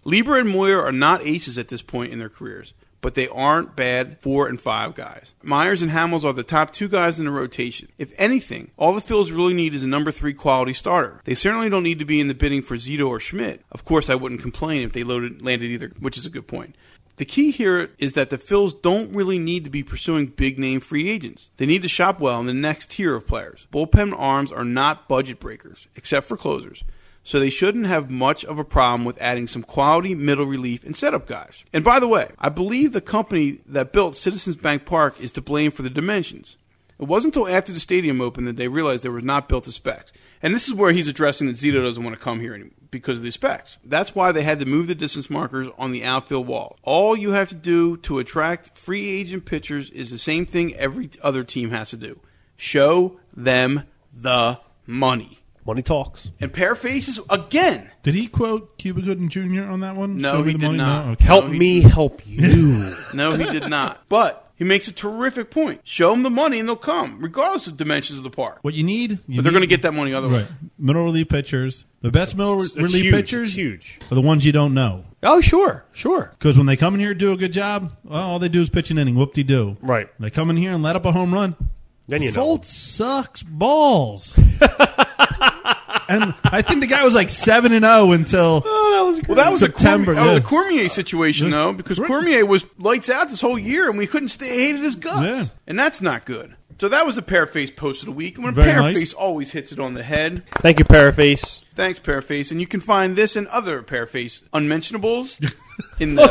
Speaker 2: Lieber and Moyer are not aces at this point in their careers, but they aren't bad four and five guys. Myers and Hamels are the top two guys in the rotation. If anything, all the Phils really need is a number three quality starter. They certainly don't need to be in the bidding for Zito or Schmidt. Of course, I wouldn't complain if they loaded landed either, which is a good point. The key here is that the Phils don't really need to be pursuing big name free agents. They need to shop well in the next tier of players. Bullpen arms are not budget breakers, except for closers so they shouldn't have much of a problem with adding some quality middle relief and setup guys. And by the way, I believe the company that built Citizens Bank Park is to blame for the dimensions. It wasn't until after the stadium opened that they realized they were not built to specs. And this is where he's addressing that Zito doesn't want to come here anymore because of the specs. That's why they had to move the distance markers on the outfield wall. All you have to do to attract free agent pitchers is the same thing every other team has to do. Show them the money.
Speaker 4: Money talks.
Speaker 2: And Pearface is again
Speaker 3: Did he quote Cuba Gooden Jr. on that one?
Speaker 2: No,
Speaker 3: Show me
Speaker 2: he
Speaker 3: the
Speaker 2: did
Speaker 3: money?
Speaker 2: not.
Speaker 3: No? Okay.
Speaker 4: Help
Speaker 2: he-
Speaker 3: [laughs]
Speaker 4: me help you.
Speaker 2: No, he did not. [laughs] But he makes a terrific point. Show them the money and they'll come, regardless of dimensions of the park.
Speaker 3: What you need? you
Speaker 2: But they're
Speaker 3: need-
Speaker 2: going to get that money otherwise.
Speaker 3: right. Middle relief pitchers. The best middle
Speaker 4: It's
Speaker 3: relief
Speaker 4: huge. It's
Speaker 3: pitchers
Speaker 4: huge.
Speaker 3: are the ones you don't know.
Speaker 4: Oh, sure, sure.
Speaker 3: Because when they come in here and do a good job, well, all they do is pitch an inning. Whoop de doo.
Speaker 4: Right.
Speaker 3: They come in here and let up a home run.
Speaker 4: Then you know.
Speaker 3: Fultz sucks balls. and I think the guy was like seven and zero until
Speaker 2: Well, that was
Speaker 3: September,
Speaker 2: a Cormier, that was
Speaker 3: yeah.
Speaker 2: a Cormier situation, though, because
Speaker 3: Right.
Speaker 2: Cormier was lights out this whole year, and we couldn't stay hated his guts,
Speaker 3: Yeah.
Speaker 2: and that's not good. So that was the Pearface post of the week. And when
Speaker 3: Very
Speaker 2: Pearface
Speaker 3: nice.
Speaker 2: always hits it on the head.
Speaker 4: Thank you, Paraface.
Speaker 2: Thanks, Pearface, and you can find this and other Pearface
Speaker 3: [laughs]
Speaker 2: unmentionables in the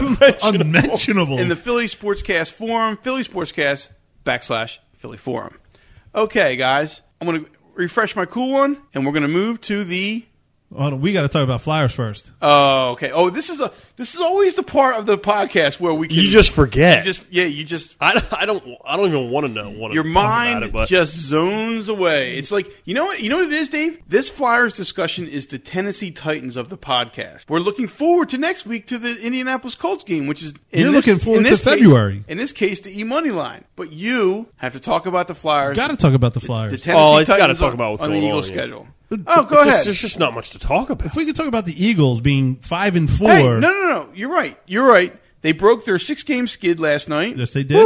Speaker 3: unmentionable.
Speaker 4: Oh.
Speaker 2: in the Philly Sportscast forum, Philly Sportscast backslash Philly forum. Okay, guys, I'm going to refresh my cool one, and we're going to move to the.
Speaker 3: Hold on, we got to talk about Flyers first.
Speaker 2: Oh, okay. Oh, this is a this is always the part of the podcast where we can
Speaker 4: You just forget.
Speaker 2: you just yeah you just
Speaker 4: I, don't- I don't I don't even want to know. Wanna
Speaker 2: your
Speaker 4: talk
Speaker 2: mind
Speaker 4: about it, but
Speaker 2: just zones away. It's like you know what you know what it is, Dave. This Flyers discussion is the Tennessee Titans of the podcast. We're looking forward to next week to the Indianapolis Colts game, which is in
Speaker 3: You're
Speaker 2: this-
Speaker 3: looking forward
Speaker 2: in
Speaker 3: to
Speaker 2: this case-
Speaker 3: February.
Speaker 2: in this case, the E money line, but you have to talk about the Flyers.
Speaker 3: Got to talk about the
Speaker 2: the
Speaker 3: Flyers.
Speaker 2: Tennessee
Speaker 4: Oh,
Speaker 2: Titans
Speaker 4: it's gotta
Speaker 2: on-
Speaker 4: talk about what's
Speaker 2: on the
Speaker 4: going
Speaker 2: Eagles
Speaker 4: on, yeah.
Speaker 2: schedule. Oh, go
Speaker 4: it's
Speaker 2: ahead.
Speaker 4: Just, there's just not much to talk about.
Speaker 3: if we could talk about the Eagles being five and four,
Speaker 2: hey, no, no, no. You're right. You're right. They broke their six game skid last night.
Speaker 3: yes, they did.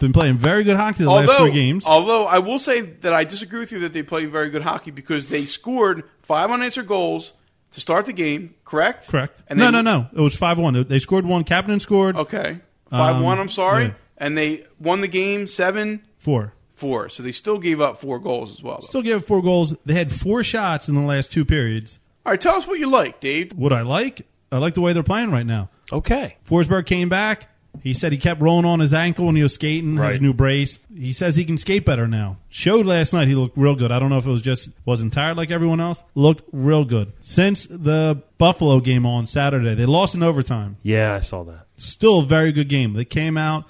Speaker 3: Been playing very good hockey the last three games.
Speaker 2: Although I will say that I disagree with you that they play very good hockey because they scored five unanswered goals to start the game. Correct.
Speaker 3: Correct.
Speaker 2: And
Speaker 3: no,
Speaker 2: they-
Speaker 3: no, no. It was five one. They scored one. Kapanen scored
Speaker 2: Okay. Five one.
Speaker 3: Um,
Speaker 2: I'm sorry.
Speaker 3: yeah.
Speaker 2: And they won the game seven
Speaker 3: four.
Speaker 2: four. So they still gave up four goals as well. though.
Speaker 3: Still gave up four goals. They had four shots in the last two periods.
Speaker 2: All right. Tell us what you like, Dave.
Speaker 3: What I like, I like the way they're playing right now.
Speaker 4: Okay.
Speaker 3: Forsberg came back. He said he kept rolling on his ankle when he was skating, his
Speaker 4: Right.
Speaker 3: new brace. He says he can skate better now. Showed last night he looked real good. I don't know if it was just wasn't tired like everyone else. Looked real good. Since the Buffalo game on Saturday, they lost in overtime.
Speaker 4: Yeah, I saw that.
Speaker 3: Still a very good game. They came out.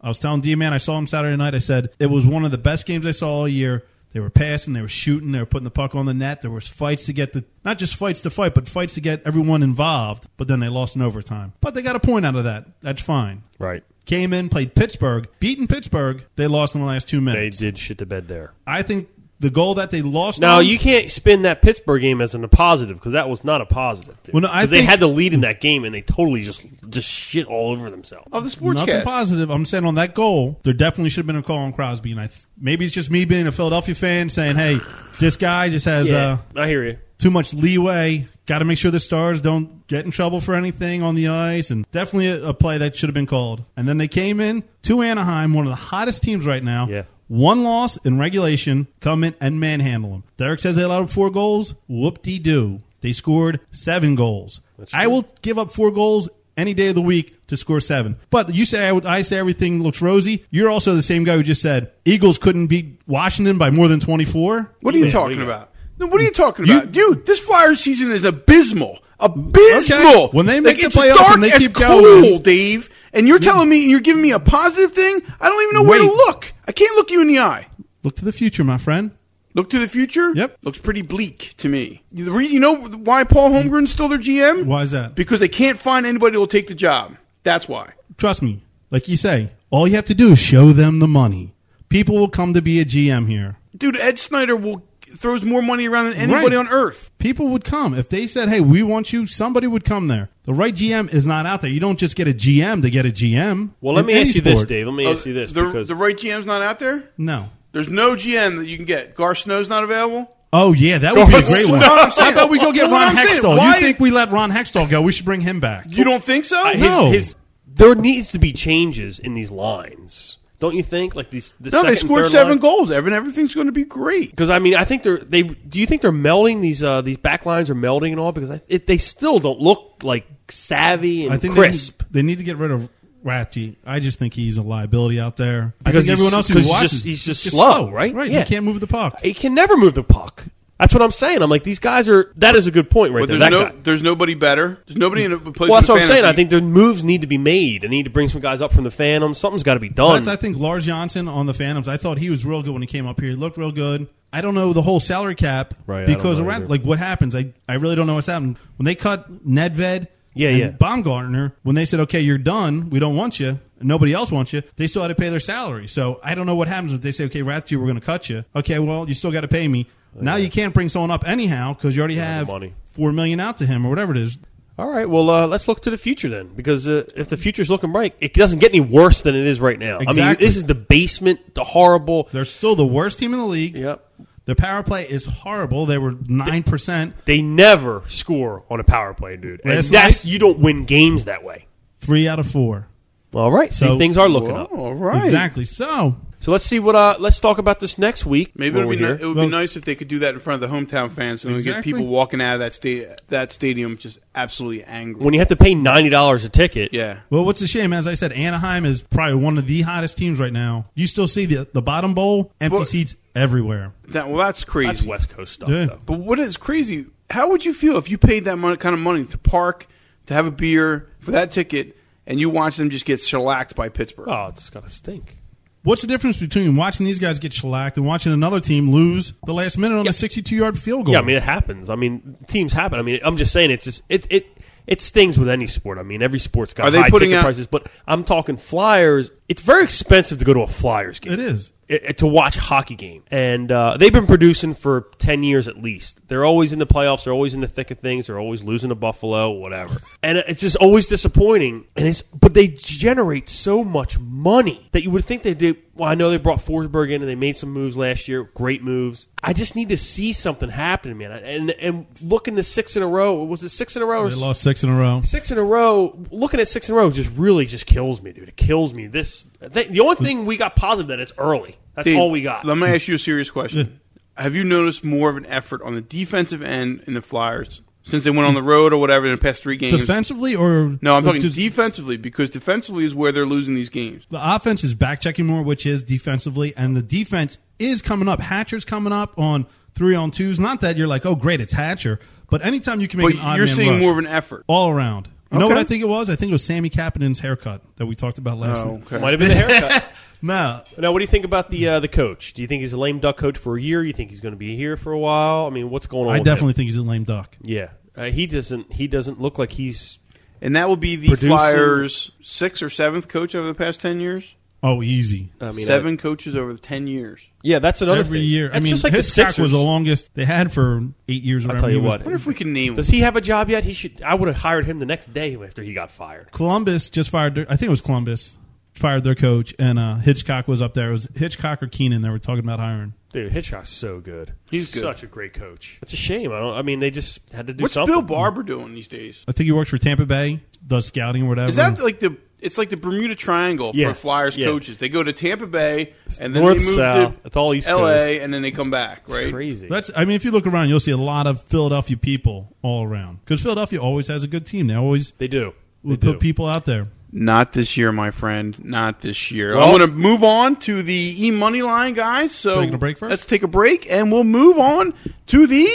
Speaker 3: I was telling D Man, I saw him Saturday night. I said it was one of the best games I saw all year. They were passing, they were shooting, they were putting the puck on the net. There was fights to get the not just fights to fight, but fights to get everyone involved. But then they lost in overtime. But they got a point out of that. That's fine.
Speaker 4: Right.
Speaker 3: Came in, played Pittsburgh, beaten Pittsburgh. They lost in the last two
Speaker 4: They
Speaker 3: minutes.
Speaker 4: did shit the bed there.
Speaker 3: I think the goal that they lost.
Speaker 4: Now
Speaker 3: on-
Speaker 4: you can't spin that Pittsburgh game as an- a positive because that was not a positive. Dude.
Speaker 3: Well, no, I
Speaker 4: 'Cause they
Speaker 3: think-
Speaker 4: had the lead in that game and they totally just just shit all over themselves.
Speaker 2: Of the sports
Speaker 3: Nothing positive. I'm saying on that goal, there definitely should have been a call on Crosby, and I th- maybe it's just me being a Philadelphia fan saying, "Hey, this guy just has uh,
Speaker 4: I hear you.
Speaker 3: too much leeway. Got to make sure the stars don't get in trouble for anything on the ice, and definitely a, a play that should have been called. And then they came in to Anaheim, one of the hottest teams right now.
Speaker 4: Yeah.
Speaker 3: One loss in regulation, come in and manhandle them. Derek says they allowed up four goals. Whoop de doo. They scored seven goals. I will give up four goals any day of the week to score seven. But you say I, would, I say everything looks rosy. You're also the same guy who just said Eagles couldn't beat Washington by more than 24.
Speaker 2: What are you
Speaker 4: Yeah,
Speaker 2: talking
Speaker 4: we got-
Speaker 2: about? No, what are you talking
Speaker 3: You-
Speaker 2: about, dude? This Flyers season is abysmal, abysmal.
Speaker 3: Okay, when they make
Speaker 2: like,
Speaker 3: the
Speaker 2: it's
Speaker 3: playoffs
Speaker 2: dark
Speaker 3: and they
Speaker 2: as
Speaker 3: keep
Speaker 2: coal,
Speaker 3: going-
Speaker 2: Dave, and you're telling me you're giving me a positive thing. I don't even know where to
Speaker 3: Wait.
Speaker 2: look. I can't look you in the eye.
Speaker 3: Look to the future, my friend.
Speaker 2: Look to the future.
Speaker 3: Yep.
Speaker 2: looks pretty bleak to me. You the re- you know why Paul Holmgren's still their GM?
Speaker 3: Why is that?
Speaker 2: Because they can't find anybody who will take the job. That's why.
Speaker 3: trust me, like you say, all you have to do is show them the money. People will come to be a GM here.
Speaker 2: Dude, Ed Snyder will throws more money around than anybody
Speaker 3: Right.
Speaker 2: on earth.
Speaker 3: People would come. If they said, hey, we want you, somebody would come there. The right GM is not out there. You don't just get a GM to get a GM.
Speaker 4: Well, let
Speaker 3: in
Speaker 4: me
Speaker 3: any
Speaker 4: ask you this,
Speaker 3: sport.
Speaker 4: Dave. Let me ask you this
Speaker 2: Oh, the,
Speaker 4: because
Speaker 2: the right GM's not out there.
Speaker 3: No.
Speaker 2: There's no GM that you can get. Gar Snow's not available.
Speaker 3: Oh,
Speaker 4: [laughs]
Speaker 3: yeah, that would be a
Speaker 2: That's
Speaker 3: great one.
Speaker 2: what I'm
Speaker 3: How
Speaker 2: saying.
Speaker 3: about we go get
Speaker 2: That's what
Speaker 3: Ron
Speaker 2: I'm saying.
Speaker 3: Hextall?
Speaker 2: Why-
Speaker 3: You think we let Ron Hextall go? We should bring him back.
Speaker 2: You don't think so?
Speaker 4: his,
Speaker 3: No.
Speaker 4: his there needs to be changes in these lines, don't you think? Like these, the
Speaker 2: No,
Speaker 4: second
Speaker 2: they
Speaker 4: and
Speaker 2: scored
Speaker 4: third
Speaker 2: seven
Speaker 4: line?
Speaker 2: goals. Evan, everything's going to be great.
Speaker 4: Because I mean, I think they're they. Do you think they're melding these uh, these back lines are melding and all? Because I, it, they still don't look like savvy and
Speaker 3: I think they need,
Speaker 4: crisp.
Speaker 3: they need to get rid of Rathje. I just think he's a liability out there. I
Speaker 4: Because
Speaker 3: think everyone
Speaker 4: he's-
Speaker 3: else who
Speaker 4: 'cause he's
Speaker 3: watches,
Speaker 4: just- he's just slow, right?
Speaker 3: Right.
Speaker 4: Yeah.
Speaker 3: He can't move the puck.
Speaker 4: He can never move the puck. That's what I'm saying. I'm like these guys are. That is a good point right
Speaker 2: But
Speaker 4: there.
Speaker 2: there's
Speaker 4: That
Speaker 2: no,
Speaker 4: guy.
Speaker 2: there's nobody better. There's nobody in a place.
Speaker 4: Well, that's
Speaker 2: in the
Speaker 4: what I'm saying.
Speaker 2: fantasy.
Speaker 4: I think their moves need to be made. I need to bring some guys up from the Phantom. Something's got to be done.
Speaker 3: Plus, I think Lars Johnson on the Phantoms. I thought he was real good when he came up here. He looked real good. I don't know the whole salary cap
Speaker 4: Right, I don't
Speaker 3: because
Speaker 4: know
Speaker 3: around
Speaker 4: either.
Speaker 3: like what happens. I, I really don't know what's happened when they cut Nedved.
Speaker 4: Yeah,
Speaker 3: and
Speaker 4: yeah.
Speaker 3: Baumgartner when they said, "Okay, you're done. We don't want you. and Nobody else wants you." They still had to pay their salary. So I don't know what happens if they say, "Okay, Rathje, we're going to cut you." Okay, well, you still got to pay me. Now you can't bring someone up anyhow because you already have
Speaker 4: money.
Speaker 3: four million out to him or whatever it is.
Speaker 4: All right. Well, uh, let's look to the future then, because uh, if the future's looking bright, it doesn't get any worse than it is right now. I mean,
Speaker 3: Exactly.
Speaker 4: this is the basement, the horrible.
Speaker 3: They're still the worst team in the league.
Speaker 4: Yep.
Speaker 3: Their power play is horrible. They were nine percent.
Speaker 4: They never score on a power play, dude. And
Speaker 3: Last
Speaker 4: that's you don't win games that way.
Speaker 3: Three out of four.
Speaker 4: All right. See,
Speaker 3: So-
Speaker 4: things are looking
Speaker 2: Oh,
Speaker 4: up.
Speaker 2: all right.
Speaker 3: Exactly. So
Speaker 4: So let's see what. Uh, let's talk about this next week.
Speaker 2: Maybe
Speaker 4: when
Speaker 2: it'd be
Speaker 4: we're
Speaker 2: ni-
Speaker 4: here.
Speaker 2: it would
Speaker 3: Well-
Speaker 2: be nice if they could do that in front of the hometown fans, so we get
Speaker 3: Exactly.
Speaker 2: people walking out of that sta- that stadium just absolutely angry.
Speaker 4: when you have to pay ninety dollars a ticket.
Speaker 2: yeah,
Speaker 3: Well, what's a shame, as I said, Anaheim is probably one of the hottest teams right now. You still see the the bottom bowl, empty
Speaker 2: Well-
Speaker 3: seats everywhere.
Speaker 2: that, well, that's crazy.
Speaker 4: that's West Coast stuff.
Speaker 3: Yeah.
Speaker 4: Though.
Speaker 2: But what is crazy? How would you feel if you paid that mon- kind of money to park, to have a beer for that ticket, and you watch them just get shellacked by Pittsburgh?
Speaker 4: Oh, it's gotta stink.
Speaker 3: What's the difference between watching these guys get shellacked and watching another team lose the last minute on a 62 yard field goal?
Speaker 4: Yeah, I mean it happens. I mean teams happen. I mean I'm just saying it's just it it it stings with any sport. I mean every sport's got
Speaker 2: Are they
Speaker 4: high
Speaker 2: putting
Speaker 4: ticket
Speaker 2: out-
Speaker 4: prices, but I'm talking Flyers. It's very expensive to go to a Flyers game.
Speaker 3: it is.
Speaker 4: i- eh, to watch hockey game. And uh, they've been producing for 10 years at least. They're always in the playoffs. They're always in the thick of things. They're always losing to Buffalo, whatever. And it's just always disappointing. And it's But they generate so much money that you would think they do. Well, I know they brought Forsberg in and they made some moves last year. Great moves. I just need to see something happen, man. And and looking the six in a row, was it six in a row? or
Speaker 3: They lost six in a row.
Speaker 4: six in a row looking at six in a row just really just kills me dude it kills me this th- the only thing we got positive that it's early that's
Speaker 2: Dave,
Speaker 4: all we got
Speaker 2: Let me ask you a serious question. Have you noticed more of an effort on the defensive end in the Flyers since they went on the road or whatever in the past three games?
Speaker 3: Defensively or
Speaker 2: no, I'm talking
Speaker 3: just-
Speaker 2: defensively because defensively is where they're losing these games.
Speaker 3: The offense is back checking more, which is defensively, and the defense is coming up. Hatcher's coming up on three on twos. Not that you're like, oh, great, it's Hatcher, but anytime you can make
Speaker 2: But
Speaker 3: an odd
Speaker 2: you're
Speaker 3: man
Speaker 2: seeing
Speaker 3: rush,
Speaker 2: more of an effort.
Speaker 3: all around. You know
Speaker 2: Okay.
Speaker 3: what I think it was? I think it was Sammy Kapanen's haircut that we talked about last
Speaker 2: Oh,
Speaker 3: week.
Speaker 2: okay.
Speaker 4: might have been
Speaker 2: [laughs]
Speaker 4: the haircut
Speaker 3: No,
Speaker 4: now what do you think about the uh, the coach do you think he's a lame duck coach for a year you think he's going to be here for a while i mean what's going on
Speaker 3: I
Speaker 4: with him?
Speaker 3: definitely think he's a lame duck.
Speaker 4: yeah uh, he doesn't he doesn't look like he's
Speaker 2: And that would be the
Speaker 4: Producing-
Speaker 2: Flyers' sixth or seventh coach over the past 10 years?
Speaker 3: Oh, easy.
Speaker 4: i mean
Speaker 2: Seven
Speaker 4: I-
Speaker 2: coaches over the 10 years.
Speaker 4: yeah that's Uh, another
Speaker 3: Every
Speaker 4: thing.
Speaker 3: year,
Speaker 4: that's
Speaker 3: I mean,
Speaker 4: just like
Speaker 3: his
Speaker 4: the
Speaker 3: sack
Speaker 4: Sixers.
Speaker 3: was the longest they had for eight years. or
Speaker 4: I'll
Speaker 3: whatever
Speaker 4: tell you
Speaker 3: he was
Speaker 4: what.
Speaker 2: I wonder if we can name
Speaker 4: does he have a job yet he should i would have hired him the next day after he got fired
Speaker 3: Columbus just fired. Their, I think it was Columbus fired their coach, and uh, Hitchcock was up there. It was Hitchcock or Keenan? They were talking about hiring.
Speaker 4: dude hitchcock's so good
Speaker 2: He's good.
Speaker 4: such a great coach it's a shame i don't i mean they just had to do
Speaker 2: What's
Speaker 4: something
Speaker 2: Bill Barber doing these days?
Speaker 3: I think he works for Tampa Bay, does scouting or whatever.
Speaker 2: Is that like the it's like the Bermuda Triangle
Speaker 4: Yeah.
Speaker 2: for Flyers
Speaker 4: Yeah.
Speaker 2: coaches. They go to Tampa Bay and then
Speaker 4: North,
Speaker 2: they move
Speaker 4: south.
Speaker 2: to
Speaker 4: It's all East
Speaker 2: LA
Speaker 4: Coast.
Speaker 2: and then they come back, right?
Speaker 4: It's crazy.
Speaker 3: That's. I mean, if you look around, you'll see a lot of Philadelphia people all around because Philadelphia always has a good team. They always
Speaker 4: they do. They
Speaker 3: would
Speaker 4: do.
Speaker 3: put people out there.
Speaker 2: Not this year, my friend. Not this year.
Speaker 4: Well-
Speaker 2: I want to move on to the e money line, guys. So
Speaker 3: Taking a break first?
Speaker 2: Let's take a break, and we'll move on to the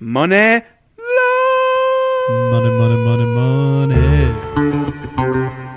Speaker 2: money line.
Speaker 3: Money, money, money, money.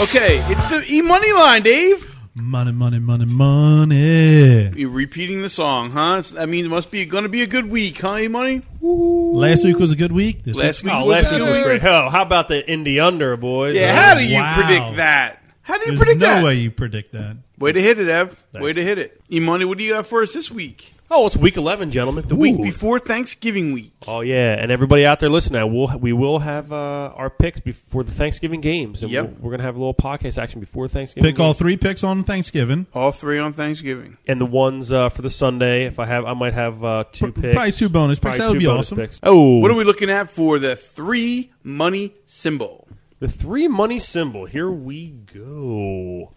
Speaker 2: Okay, it's the e money line, Dave.
Speaker 3: Money, money, money, money.
Speaker 2: You're repeating the song, huh? It's- That means it must be going to be a good week, huh? E money.
Speaker 3: Last week was a good week. This
Speaker 2: Last
Speaker 3: week's
Speaker 2: week
Speaker 4: Oh,
Speaker 2: was
Speaker 4: last week was
Speaker 2: better.
Speaker 4: great. Hell, how about the Indy Under boys?
Speaker 2: Yeah,
Speaker 4: Uh,
Speaker 2: how do you
Speaker 3: Wow.
Speaker 2: predict that? How do you
Speaker 3: There's
Speaker 2: Oh, predict
Speaker 3: no
Speaker 2: that?
Speaker 3: way you predict that.
Speaker 2: Way to hit it, Ev. Way to hit it. E money, what do you got for us this week?
Speaker 4: oh, it's week eleven, gentlemen. The
Speaker 2: Week before Thanksgiving week.
Speaker 4: Oh yeah, and everybody out there listening, I will we will have uh, our picks before the Thanksgiving games, and
Speaker 2: Yep.
Speaker 4: we'll, we're gonna have a little podcast action before Thanksgiving.
Speaker 3: Pick all three picks on Thanksgiving.
Speaker 2: All three on Thanksgiving.
Speaker 4: and the ones uh, for the Sunday. If I have, I might have uh, two
Speaker 3: Pr-
Speaker 4: picks,
Speaker 3: probably two bonus picks.
Speaker 4: Probably
Speaker 3: That would
Speaker 4: two
Speaker 3: be
Speaker 4: bonus
Speaker 3: awesome.
Speaker 4: picks. Oh,
Speaker 2: What are we looking at for the three money symbol?
Speaker 4: The three money symbol. Here we go.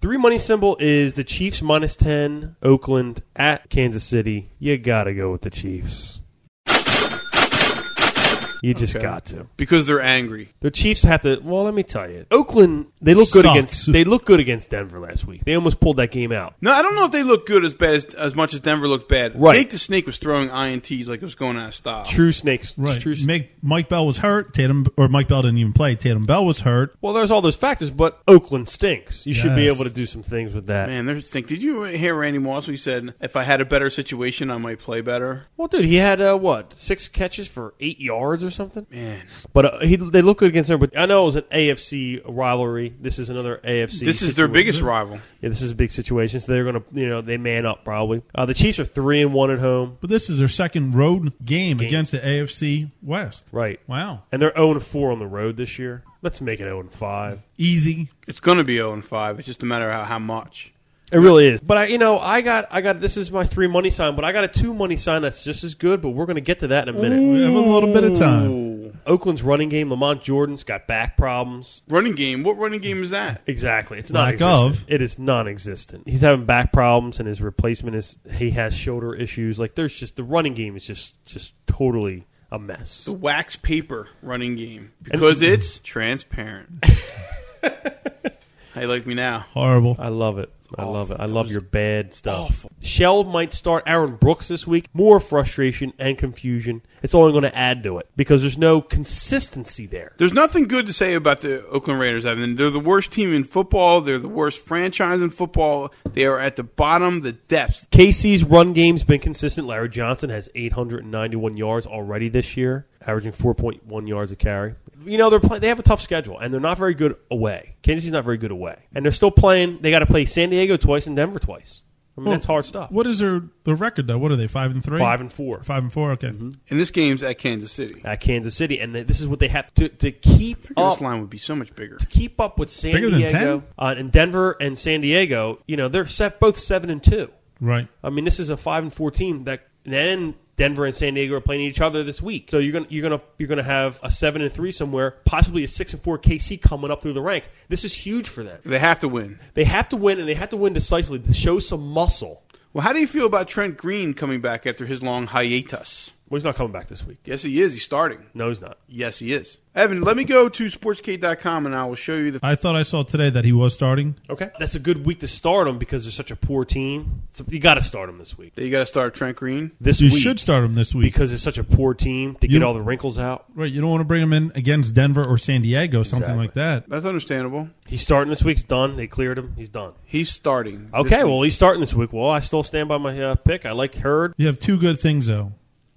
Speaker 4: Three money symbol is the Chiefs minus 10, Oakland at Kansas City. You got to go with the Chiefs. You just
Speaker 2: Okay.
Speaker 4: got to.
Speaker 2: Because they're angry.
Speaker 4: The Chiefs have to. Well, let me tell you, Oakland they look good
Speaker 3: Sucks.
Speaker 4: against they look good against Denver last week. They almost pulled that game out.
Speaker 2: No, I don't know if they look good as bad as, as much as Denver looked bad.
Speaker 4: Right.
Speaker 2: Jake the Snake was throwing ints like it was going out of style.
Speaker 4: True snakes,
Speaker 3: Right.
Speaker 4: True. Snakes.
Speaker 3: Make, Mike Bell was hurt. Tatum or Mike Bell didn't even play. Tatum Bell was hurt.
Speaker 4: Well, there's all those factors, but Oakland stinks. You should be
Speaker 3: Yes.
Speaker 4: able to do some things with that.
Speaker 2: Man, there's think. Did you hear Randy Moss? He said, "If I had a better situation, I might play better."
Speaker 4: Well, dude, he had uh, what six catches for eight yards or something.
Speaker 2: Man,
Speaker 4: But uh, he, they look good against them. But I know it was an AFC rivalry. This is another AFC.
Speaker 2: this is their
Speaker 4: situation.
Speaker 2: biggest rival.
Speaker 4: Yeah, this is a big situation. So they're going to, you know, they man up probably. Uh, the Chiefs are three and one at home,
Speaker 3: But this is their second road game,
Speaker 4: Game.
Speaker 3: against the AFC West.
Speaker 4: right?
Speaker 3: Wow.
Speaker 4: And they're zero and four on the road this year. Let's make it zero and five.
Speaker 3: Easy.
Speaker 2: It's going to be zero and five. It's just a matter of how, how much.
Speaker 4: It really is. But I, you know, I got, I got. This is my three money sign, but I got a two money sign that's just as good. But we're going to get to that in a minute.
Speaker 3: We have a little bit of time.
Speaker 2: Ooh.
Speaker 4: Oakland's running game. Lamont Jordan's got back problems.
Speaker 2: Running game. What running game is that?
Speaker 4: Exactly. It's not
Speaker 3: Lack
Speaker 4: existent.
Speaker 3: of.
Speaker 4: It is non-existent. He's having back problems, and his replacement is he has shoulder issues. Like there's just the running game is just just totally a mess.
Speaker 2: The wax paper running game because it's transparent. How you like me now?
Speaker 3: Horrible.
Speaker 4: I love it. I love it. I love your bad stuff. Shell might start Aaron Brooks this week. More frustration and confusion. It's only going to add to it because there's no consistency there.
Speaker 2: There's nothing good to say about the Oakland Raiders. I mean, they're the worst team in football. They're the worst franchise in football. They are at the bottom, the depths.
Speaker 4: KC's run game's been consistent. Larry Johnson has 891 yards already this year, averaging 4.1 yards a carry. You know they're play- they have a tough schedule and they're not very good away. Kansas City's not very good away, and they're still playing. They got to play San Diego twice and Denver twice. I mean that's hard stuff.
Speaker 3: What is their the record though? What are they? Five and three.
Speaker 4: Five and four.
Speaker 3: Five and four. Okay.
Speaker 2: And this game's at Kansas City.
Speaker 4: at Kansas City, and th- this is what they have to to keep
Speaker 2: Oh.
Speaker 4: up.
Speaker 2: This line would be so much bigger.
Speaker 4: Keep up with San
Speaker 3: Bigger than
Speaker 4: Diego
Speaker 3: 10?
Speaker 4: uh, and Denver and San Diego. You know they're set both seven and two.
Speaker 3: Right.
Speaker 4: I mean, this is a five and four team that and then Denver and San Diego are playing each other this week. So you're gonna you're gonna you're gonna have a seven and three somewhere, possibly a six and four KC coming up through the ranks. This is huge for them.
Speaker 2: They have to win.
Speaker 4: They have to win, and they have to win decisively to show some muscle.
Speaker 2: Well, how do you feel about Trent Green coming back after his long hiatus?
Speaker 4: Well, he's not coming back this week.
Speaker 2: Yes, he is. He's starting.
Speaker 4: No, he's not.
Speaker 2: Yes, he is. Evan, let me go to sportsk.com and I will show you the.
Speaker 3: I thought I saw today that he was starting.
Speaker 4: Okay, that's a good week to start him because they're such a poor team. So you got to start him this week.
Speaker 2: You got to start Trent Green.
Speaker 4: This
Speaker 3: You
Speaker 4: week
Speaker 3: should start him this week.
Speaker 4: because it's such a poor team to
Speaker 3: You-
Speaker 4: get all the wrinkles out.
Speaker 3: right. You don't want to bring him in against Denver or San Diego, something
Speaker 4: Exactly.
Speaker 3: like that.
Speaker 2: That's understandable.
Speaker 4: He's starting this week. He's done. They cleared him. He's done.
Speaker 2: He's starting. this
Speaker 4: Okay,
Speaker 2: week.
Speaker 4: well, he's starting this week. Well, I still stand by my uh, pick. I like Hurd.
Speaker 3: You have two good things though.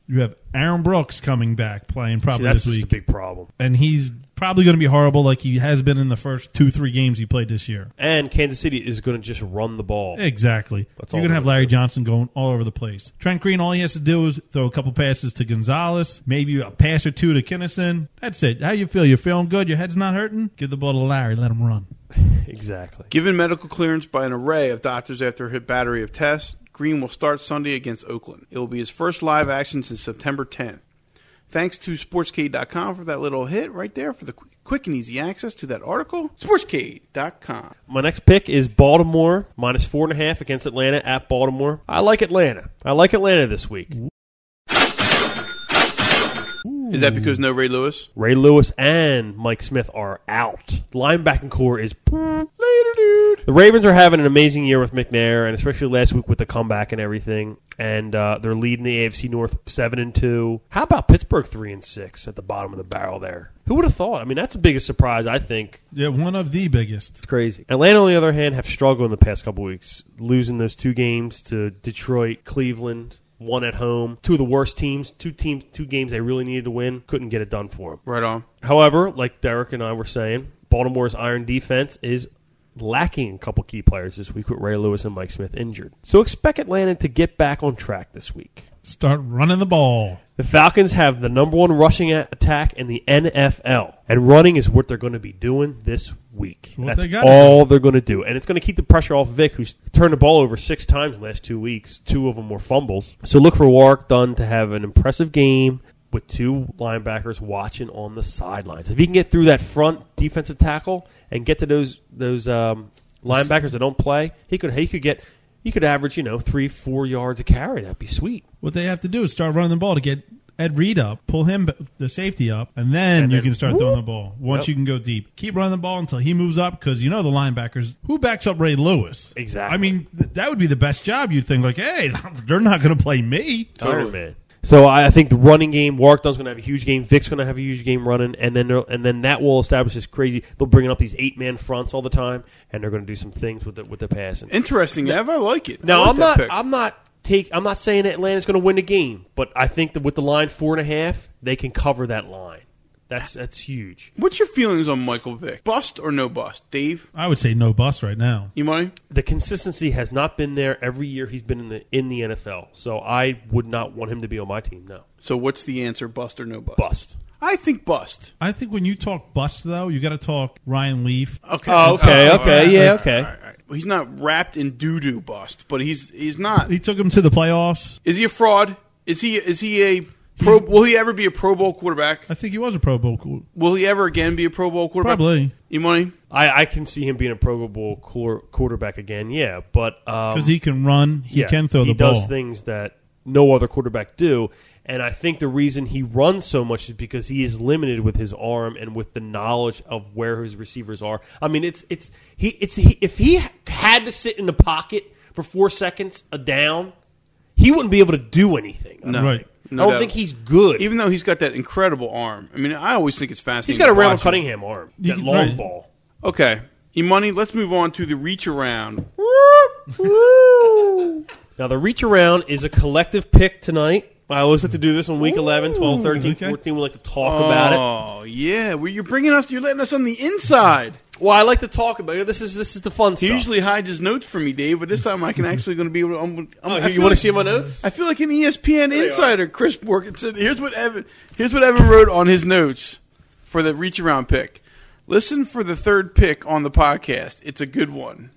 Speaker 3: You have Aaron Brooks coming back playing
Speaker 4: See,
Speaker 3: probably
Speaker 4: that's
Speaker 3: this
Speaker 4: just
Speaker 3: week,
Speaker 4: a big problem.
Speaker 3: and he's probably going to be horrible like he has been in the first two three games he played this year.
Speaker 4: And Kansas City is going to just run the ball.
Speaker 3: Exactly.
Speaker 4: That's
Speaker 3: You're
Speaker 4: all
Speaker 3: going to have
Speaker 4: we're
Speaker 3: Larry Johnson going all over the place. Trent Green, all he has to do is throw a couple passes to Gonzalez, maybe a pass or two to Kinnison. That's it. How you feel? You're feeling good? Your head's not hurting? Give the ball to Larry. Let him run.
Speaker 4: Exactly.
Speaker 2: Given medical clearance by an array of doctors after a hit battery of tests, Green will start Sunday against Oakland. It will be his first live action since September 10th. Thanks to SportsCade.com for that little hit right there for the quick, quick and easy access to that article. SportsCade.com.
Speaker 4: My next pick is Baltimore minus four and a half against Atlanta at Baltimore. I like Atlanta. I like Atlanta this week.
Speaker 2: Is that because no Ray Lewis?
Speaker 4: Ray Lewis and Mike Smith are out. Linebacking core is
Speaker 2: Later, dude.
Speaker 4: The Ravens are having an amazing year with McNair, and especially last week with the comeback and everything. And uh, they're leading the AFC North seven and two. How about Pittsburgh three and six at the bottom of the barrel there? Who would have thought? I mean, that's the biggest surprise I think
Speaker 3: Yeah, one of the biggest.
Speaker 4: it's crazy. Atlanta, on the other hand, have struggled in the past couple weeks, losing those two games to Detroit, Cleveland, one at home. Two of the worst teams, two teams, two games they really needed to win, couldn't get it done for them.
Speaker 2: Right on.
Speaker 4: However, like Derek and I were saying, Baltimore's iron defense is lacking a couple key players this week with Ray Lewis and Mike Smith injured. So expect Atlanta to get back on track this week.
Speaker 3: Start running the ball.
Speaker 4: The Falcons have the number one rushing a- attack in the NFL, and running is what they're going to be doing this week.
Speaker 3: what
Speaker 4: That's
Speaker 3: they gotta
Speaker 4: all they're going to do, and it's going to keep the pressure off Vic, who's turned the ball over six times in the last two weeks. Two of them were fumbles. So look for Warwick Dunn to have an impressive game with two linebackers watching on the sidelines. If he can get through that front defensive tackle and get to those those um, linebackers that don't play, he could he could get he could average you know three four yards a carry. That'd be sweet.
Speaker 3: What they have to do is start running the ball to get Ed Reed up, pull him b- the safety up, and then
Speaker 4: And
Speaker 3: you
Speaker 4: then-
Speaker 3: can start throwing the ball. Once
Speaker 4: Yep.
Speaker 3: you can go deep, keep running the ball until he moves up because you know the linebackers who backs up Ray Lewis.
Speaker 4: Exactly.
Speaker 3: I mean, th- that would be the best job. You'd think like, hey, [laughs] they're not going to play me.
Speaker 2: Totally.
Speaker 4: Iron Man. So I I think the running game, Warkdon's going to have a huge game. Vic's going to have a huge game running, and then they'll- and then that will establish this crazy. They'll bring up these eight man fronts all the time, and they're going to do some things with the with the passing.
Speaker 2: Interesting, Ev. I like it.
Speaker 4: Now
Speaker 2: I like
Speaker 4: I'm
Speaker 2: that
Speaker 4: not
Speaker 2: pick.
Speaker 4: I'm not take I'm not saying Atlanta's going to win the game, but I think that with the line four and a half, they can cover that line. That's that's huge.
Speaker 2: What's your feelings on Michael Vick? Bust or no bust? Dave,
Speaker 3: I would say no bust right now.
Speaker 2: you money?
Speaker 4: The consistency has not been there every year he's been in the in the NFL. So I would not want him to be on my team. No
Speaker 2: So what's the answer? Bust or no bust?
Speaker 4: bust.
Speaker 2: I think bust.
Speaker 3: I think when you talk bust, though, you got to talk Ryan Leaf.
Speaker 2: Okay.
Speaker 4: Oh, okay,
Speaker 2: all
Speaker 4: okay,
Speaker 2: right,
Speaker 4: yeah,
Speaker 2: all right,
Speaker 4: okay.
Speaker 2: all right, all right. He's not wrapped in doo doo bust, but he's he's not.
Speaker 3: He took him to the playoffs.
Speaker 2: Is he a fraud? Is he is he a pro? Will he ever be a Pro Bowl quarterback?
Speaker 3: I think he was a Pro Bowl. qu-
Speaker 2: Will he ever again be a Pro Bowl quarterback?
Speaker 3: Probably.
Speaker 2: You money?
Speaker 4: I, I can see him being a Pro Bowl quar- quarterback again. Yeah, but um,
Speaker 3: Because he can run, he
Speaker 4: yeah,
Speaker 3: can throw
Speaker 4: he
Speaker 3: the ball.
Speaker 4: does things that no other quarterback do, And I think the reason he runs so much is because he is limited with his arm and with the knowledge of where his receivers are. I mean, it's it's he it's he, if he had to sit in the pocket for four seconds a down, he wouldn't be able to do anything. I don't
Speaker 2: No.
Speaker 3: Right.
Speaker 4: think.
Speaker 2: No
Speaker 4: I don't
Speaker 2: doubt.
Speaker 4: think he's good.
Speaker 2: Even though he's got that incredible arm. I mean, I always think it's
Speaker 4: he's
Speaker 2: fascinating.
Speaker 4: got
Speaker 2: to
Speaker 4: a
Speaker 2: watch
Speaker 4: Randall
Speaker 2: him.
Speaker 4: Cunningham arm, that
Speaker 3: can-
Speaker 4: long
Speaker 3: right.
Speaker 4: ball.
Speaker 2: Okay. Imani, let's move on to the reach around.
Speaker 4: Now, the reach around is a collective pick tonight. I always like to do this on week 11, 12, 13,
Speaker 3: okay.
Speaker 4: 14. We like to talk about
Speaker 2: Oh, yeah. Well, you're bringing us, you're letting us on the inside.
Speaker 4: it. Well, I like to talk about it. This is this is the fun
Speaker 2: He
Speaker 4: stuff.
Speaker 2: usually hides his notes from me, Dave, but this time I can actually going to be able to. I'm, I'm,
Speaker 4: oh,
Speaker 2: I
Speaker 4: here, you
Speaker 2: feel
Speaker 4: want to
Speaker 2: like-
Speaker 4: see my notes?
Speaker 2: I feel like an E ESPN
Speaker 4: they
Speaker 2: insider, Chris Morgan said. Here's what Evan. Here's what Evan wrote on his notes for the reach around pick. Listen for the third pick on the podcast. It's a good
Speaker 4: [laughs]
Speaker 2: one.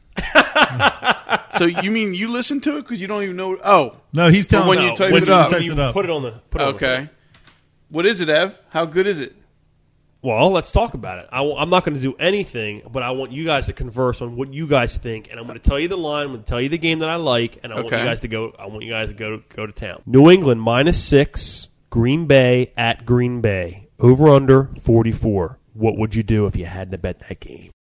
Speaker 2: so you mean you listen to it because you don't even know? Oh,
Speaker 3: No, he's telling
Speaker 2: when
Speaker 3: me.
Speaker 2: you type
Speaker 3: when
Speaker 2: it
Speaker 3: he
Speaker 2: up,
Speaker 3: types
Speaker 4: You
Speaker 3: it up.
Speaker 4: Put it on the. Put it on the-
Speaker 2: okay. What is it, Ev? How good is it?
Speaker 4: Well, let's talk about it. I w- I'm not going to do anything, but I want you guys to converse on what you guys think, and I'm going to tell you the line. I'm going to tell you the game that I like, and I want
Speaker 2: Okay.
Speaker 4: you guys to go. I want you guys to go go to town. New England minus six. Green Bay at Green Bay. Over under 44. What would you do if you had to bet that game?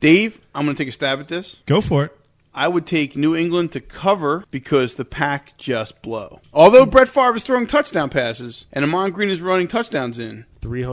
Speaker 2: Dave, I'm going to take a stab at this.
Speaker 3: Go for it.
Speaker 2: I would take New England to cover because the pack just blow. Although Brett Favre is throwing touchdown passes and Amon Green is running touchdowns in,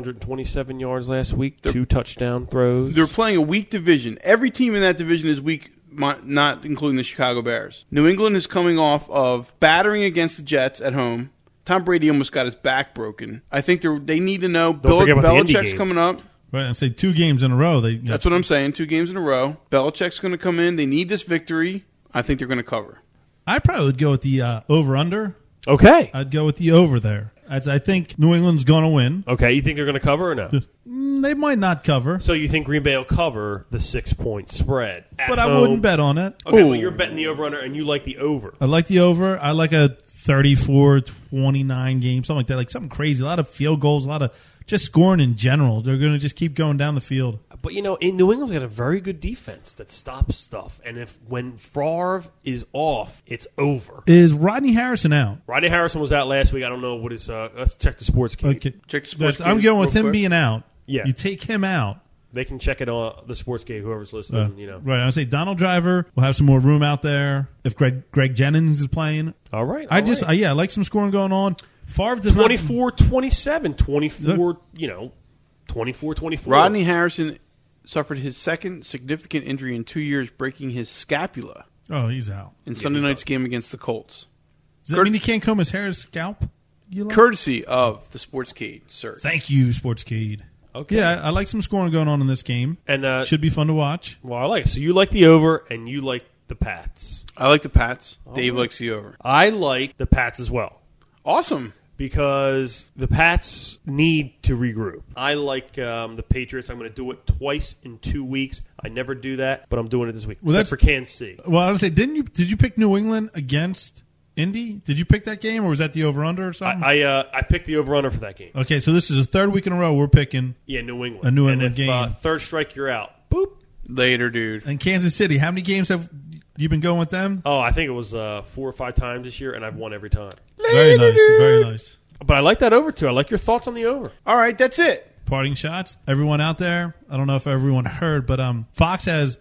Speaker 4: 327 yards last week. two touchdown throws.
Speaker 2: they're playing a weak division. Every team in that division is weak, mi- not including the Chicago Bears. New England is coming off of battering against the Jets at home. Tom Brady almost got his back broken. I think they they need to know. Bill,
Speaker 4: forget about the Indy
Speaker 2: Belichick's
Speaker 4: game.
Speaker 2: coming up.
Speaker 3: Right, I say two games in a row. They
Speaker 2: That's what I'm saying. Two games in a row. Belichick's going to come in. They need this victory. I think they're going to cover.
Speaker 3: I probably would go with the uh, over under.
Speaker 4: okay.
Speaker 3: I'd go with the over there. I, I think New England's going to win.
Speaker 4: Okay. You think they're going to cover or no?
Speaker 3: Mm, They might not cover,
Speaker 4: so you think Green Bay will cover the six point spread? at
Speaker 3: but I
Speaker 4: home?
Speaker 3: wouldn't bet on it.
Speaker 4: Okay,
Speaker 2: Ooh.
Speaker 4: but you're betting the over under, and you like the over.
Speaker 3: I like the over. I like a 34 29 game, something like that. Like something crazy. A lot of field goals, a lot of just scoring in general. They're going to just keep going down the field.
Speaker 4: But you know, in New England's got a very good defense that stops stuff, and if when Favre is off, it's over.
Speaker 3: Is Rodney Harrison out?
Speaker 4: Rodney Harrison was out last week. I don't know what his. Uh, let's check the sports. Key.
Speaker 3: Okay.
Speaker 2: Check the sports
Speaker 3: That's- I'm
Speaker 2: games
Speaker 3: going with
Speaker 2: real
Speaker 3: him
Speaker 2: quick.
Speaker 3: being out.
Speaker 4: Yeah.
Speaker 3: You take him out.
Speaker 4: They can check it on the sports gate. Whoever's listening, you know.
Speaker 3: Uh, Right. I would say Donald Driver will have some more room out there. If Greg Greg Jennings is playing,
Speaker 4: All right.
Speaker 3: I just I, yeah, I like some scoring going on. Favre does not
Speaker 4: 24, 27, 24, You know, 24, 24.
Speaker 2: Rodney Harrison suffered his second significant injury in two years, breaking his scapula
Speaker 3: Oh, he's out.
Speaker 2: in Sunday night's game against the Colts,
Speaker 3: Does that
Speaker 2: Cur-
Speaker 3: mean he can't comb his hair his scalp? You like?
Speaker 2: courtesy of the Sportscade search.
Speaker 3: Thank you, Sportscade.
Speaker 4: Okay.
Speaker 3: Yeah, I, I like some scoring going on in this game.
Speaker 4: And uh,
Speaker 3: Should be fun to watch.
Speaker 4: well, I like it. so you like the over, and you like the Pats.
Speaker 2: I like the Pats.
Speaker 3: Oh,
Speaker 2: Dave likes the over.
Speaker 4: I like the Pats as well.
Speaker 2: Awesome.
Speaker 4: because the Pats need to regroup. I like um, the Patriots. I'm going to do it twice in two weeks. I never do that, but I'm doing it this week.
Speaker 3: Well,
Speaker 4: except
Speaker 3: that's-
Speaker 4: for Kansas City.
Speaker 3: Well, I would say, didn't you? Did you pick New England against Indy? Did you pick that game, or was that the over under or something?
Speaker 4: I uh, I picked the over under for that game.
Speaker 3: okay, so this is the third week in a row we're picking.
Speaker 4: Yeah, New England.
Speaker 3: A New
Speaker 4: And
Speaker 3: England
Speaker 4: if, Uh,
Speaker 3: game.
Speaker 4: third strike, you're out. Boop.
Speaker 2: Later, dude.
Speaker 3: And Kansas City, how many games have you been going with them?
Speaker 4: Oh, I think it was uh, four or five times this year, and I've won every time.
Speaker 3: Very nice, very nice.
Speaker 4: But I like that over too. I like your thoughts on the over.
Speaker 2: All right, that's it.
Speaker 3: parting shots. Everyone out there, I don't know if everyone heard, but um, Fox has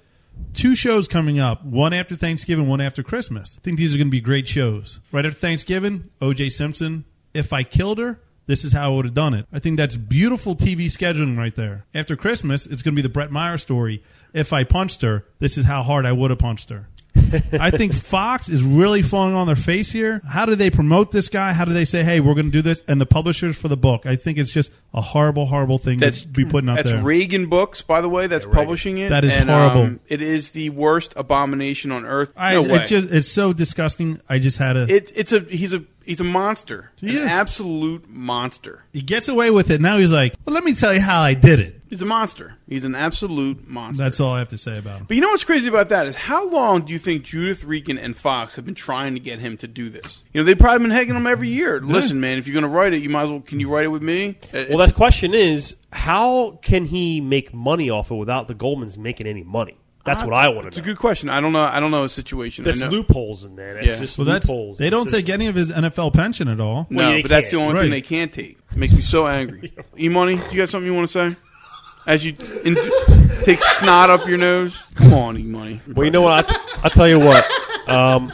Speaker 3: two shows coming up one after Thanksgiving, one after Christmas. I think these are going to be great shows. Right after Thanksgiving, OJ Simpson, If I Killed Her, this is how I would have done it. I think that's beautiful TV scheduling right there. After Christmas, it's going to be the Brett Meyer story. If I punched her, this is how hard I would have
Speaker 2: [laughs]
Speaker 3: punched her. I think Fox is really falling on their face here. How do they promote this guy? How do they say, "Hey, we're going to do this"? And the publishers for the book, I think it's just a horrible, horrible thing
Speaker 2: That's
Speaker 3: to be putting out
Speaker 2: That's
Speaker 3: there.
Speaker 2: Reagan Books, by the way. That's publishing it.
Speaker 3: That is
Speaker 2: And,
Speaker 3: horrible.
Speaker 2: um, it is the worst abomination on earth.
Speaker 3: I,
Speaker 2: no
Speaker 3: it
Speaker 2: way.
Speaker 3: just it's so disgusting. I just had a.
Speaker 2: It- it's a he's a he's a monster.
Speaker 3: He
Speaker 2: An
Speaker 3: is.
Speaker 2: absolute monster.
Speaker 3: he gets away with it. Now he's like, well, "Let me tell you how I did it."
Speaker 2: He's a monster. He's an absolute monster.
Speaker 3: That's all I have to say about him.
Speaker 2: But you know what's crazy about that is how long do you think Judith Regan and Fox have been trying to get him to do this? You know, they've probably been hegging him every year. Listen, man, if you're going to write it, you might as well. Can you write it with me? Uh,
Speaker 4: Well, that question is, how can he make money off it without the Goldmans making any money? That's what I want
Speaker 2: It's
Speaker 4: to
Speaker 2: a
Speaker 4: know.
Speaker 2: good question. I don't know. I don't know a situation.
Speaker 4: That's
Speaker 2: I know.
Speaker 4: loopholes in there. That's
Speaker 2: Yeah.
Speaker 4: just
Speaker 3: Well, that's
Speaker 4: loopholes.
Speaker 3: they
Speaker 4: in the
Speaker 3: don't take
Speaker 4: system.
Speaker 3: any of his NFL pension at all.
Speaker 2: No,
Speaker 4: Well, they
Speaker 2: but that's the
Speaker 4: can't.
Speaker 2: only thing
Speaker 3: Right.
Speaker 2: they can take. makes me so
Speaker 4: [laughs]
Speaker 2: angry. E money, do you got something you want to say? As you in- take snot up your nose. Come on, E money.
Speaker 4: Well, you know what? I will tell you what. Um,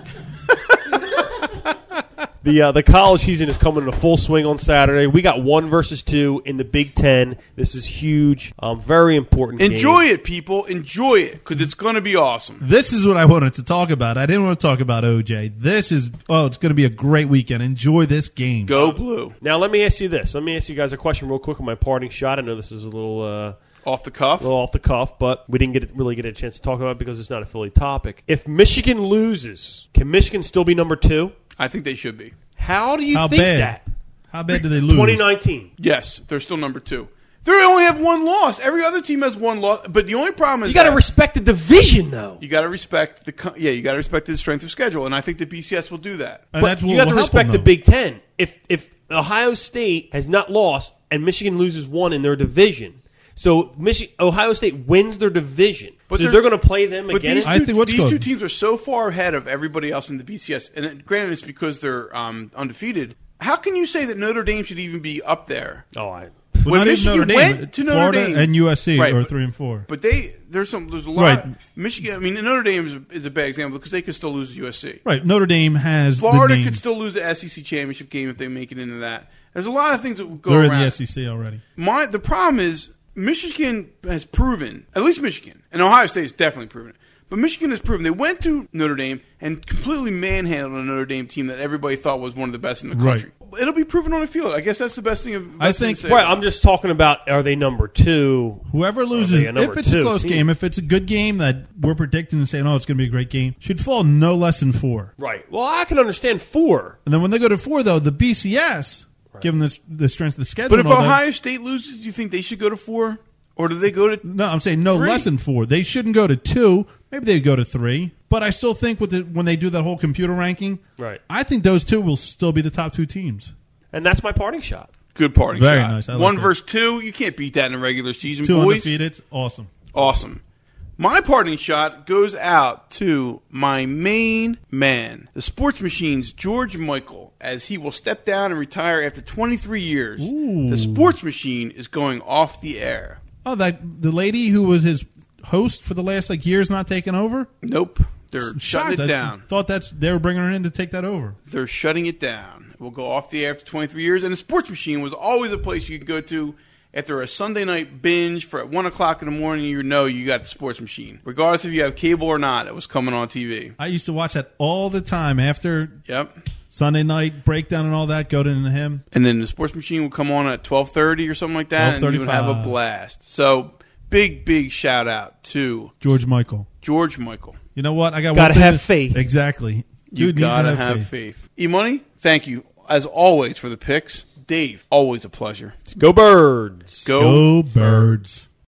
Speaker 4: the uh, the college season is coming into full swing on Saturday. We got one versus two in the Big Ten. This is huge. Um, very important.
Speaker 2: Enjoy
Speaker 4: game.
Speaker 2: it, people. Enjoy it because it's going to be awesome.
Speaker 3: This is what I wanted to talk about. I didn't want to talk about OJ. This is oh, it's going to be a great weekend. Enjoy this game.
Speaker 2: Go blue.
Speaker 4: Now, let me ask you this. Let me ask you guys a question real quick on my parting shot. I know this is a little. Uh,
Speaker 2: Off the cuff.
Speaker 4: a little off the cuff, but we didn't get really get a chance to talk about it because it's not a Philly topic. If Michigan loses, can Michigan still be number two?
Speaker 2: I think they should be.
Speaker 4: How do you
Speaker 3: How
Speaker 4: think
Speaker 3: bad?
Speaker 4: that?
Speaker 3: How bad do they lose?
Speaker 4: 2019.
Speaker 2: Yes, they're still number two. They only have one loss. Every other team has one loss. But the only problem is
Speaker 4: You got to
Speaker 2: that-
Speaker 4: respect the division, though.
Speaker 2: You got to respect the co- yeah. You got to respect the strength of schedule, and I think the BCS will do that.
Speaker 3: And
Speaker 4: But
Speaker 3: that's what
Speaker 4: you have
Speaker 3: will
Speaker 4: to
Speaker 3: help
Speaker 4: respect
Speaker 3: them,
Speaker 4: the
Speaker 3: though.
Speaker 4: Big Ten. If if Ohio State has not lost and Michigan loses one in their division, so Michi- Ohio State wins their division,
Speaker 2: But
Speaker 4: so
Speaker 2: they're-
Speaker 4: they're going to play them again.
Speaker 2: these,
Speaker 3: I
Speaker 2: two,
Speaker 3: think what's
Speaker 2: these two
Speaker 3: good-
Speaker 2: teams are so far ahead of everybody else in the BCS, and it- granted, it's because they're um, undefeated. How can you say that Notre Dame should even be up there?
Speaker 4: oh, I,
Speaker 3: Well,
Speaker 2: When
Speaker 3: not even
Speaker 2: Michigan
Speaker 3: Notre Dame,
Speaker 2: went to Notre
Speaker 3: Florida
Speaker 2: Dame-
Speaker 3: and USC
Speaker 2: Right,
Speaker 3: are
Speaker 2: but-
Speaker 3: three and four.
Speaker 2: But they there's some there's a lot.
Speaker 3: Right.
Speaker 2: Michigan, I mean, Notre Dame is a, is a bad example because they could still lose to USC.
Speaker 3: right, Notre Dame has the
Speaker 2: Florida
Speaker 3: game.
Speaker 2: could still lose the SEC championship game if they make it into that. There's a lot of things that would go
Speaker 3: They're
Speaker 2: around.
Speaker 3: in the E SEC already.
Speaker 2: My the problem is Michigan has proven, at least Michigan, and Ohio State has definitely proven it. But Michigan has proven they went to Notre Dame and completely manhandled a Notre Dame team that everybody thought was one of the best in the
Speaker 3: Right.
Speaker 2: country. It'll be proven on the field. I guess that's the best thing. Of, best
Speaker 3: I
Speaker 2: thing
Speaker 3: think-
Speaker 2: to say.
Speaker 4: right, I'm just talking about are they number two?
Speaker 3: Whoever loses,
Speaker 4: a number
Speaker 3: if it's a
Speaker 4: two
Speaker 3: close
Speaker 4: team?
Speaker 3: game, if it's a good game that we're predicting and saying, oh, it's going to be a great game, should fall no less than four.
Speaker 4: Right. Well, I can understand four.
Speaker 3: And then when they go to four, though, the BCS, given this the strength of the schedule,
Speaker 2: but if
Speaker 3: and all that-
Speaker 2: Ohio State loses, do you think they should go to four, or do they go to?
Speaker 3: no, I'm saying no
Speaker 2: Three.
Speaker 3: less than four. They shouldn't go to two. Maybe they go to three. But I still think with the, when they do that whole computer ranking,
Speaker 4: Right.
Speaker 3: I think those two will still be the top two teams.
Speaker 4: And that's my parting shot.
Speaker 2: Good party
Speaker 3: Very
Speaker 2: shot.
Speaker 3: nice. I like
Speaker 2: One
Speaker 3: that.
Speaker 2: versus two. You can't beat that in a regular season,
Speaker 3: Two
Speaker 2: boys.
Speaker 3: undefeated, it's awesome.
Speaker 2: Awesome. My parting shot goes out to my main man, the sports machine's George Michael, as he will step down and retire after 23 years. The sports machine is going off the air.
Speaker 3: Oh, that the lady who was his host for the last like years not taking over.
Speaker 2: Nope. They're shutting
Speaker 3: I
Speaker 2: it down.
Speaker 3: Thought that's they were bringing her in to take that over.
Speaker 2: They're shutting it down. It will go off the air after 23 years. And the sports machine was always a place you could go to after a Sunday night binge for at 1 o'clock in the morning. You know you got the sports machine. Regardless if you have cable or not, it was coming on TV.
Speaker 3: I used to watch that all the time after
Speaker 2: Yep.
Speaker 3: Sunday night breakdown and all that. Go to him.
Speaker 2: and then the sports machine would come on at twelve thirty or something like that, and you would have a
Speaker 3: 12:35.
Speaker 2: blast. So big, big shout out to
Speaker 3: George Michael.
Speaker 2: George Michael.
Speaker 3: You know what? I got
Speaker 4: Gotta
Speaker 3: one thing
Speaker 4: have
Speaker 3: to-
Speaker 4: faith.
Speaker 3: Exactly.
Speaker 2: You
Speaker 3: Dude needs to
Speaker 2: gotta have, faith. E Money, thank you as always for the picks, Dave. Always a pleasure.
Speaker 4: Go birds.
Speaker 2: Go.
Speaker 3: Go birds.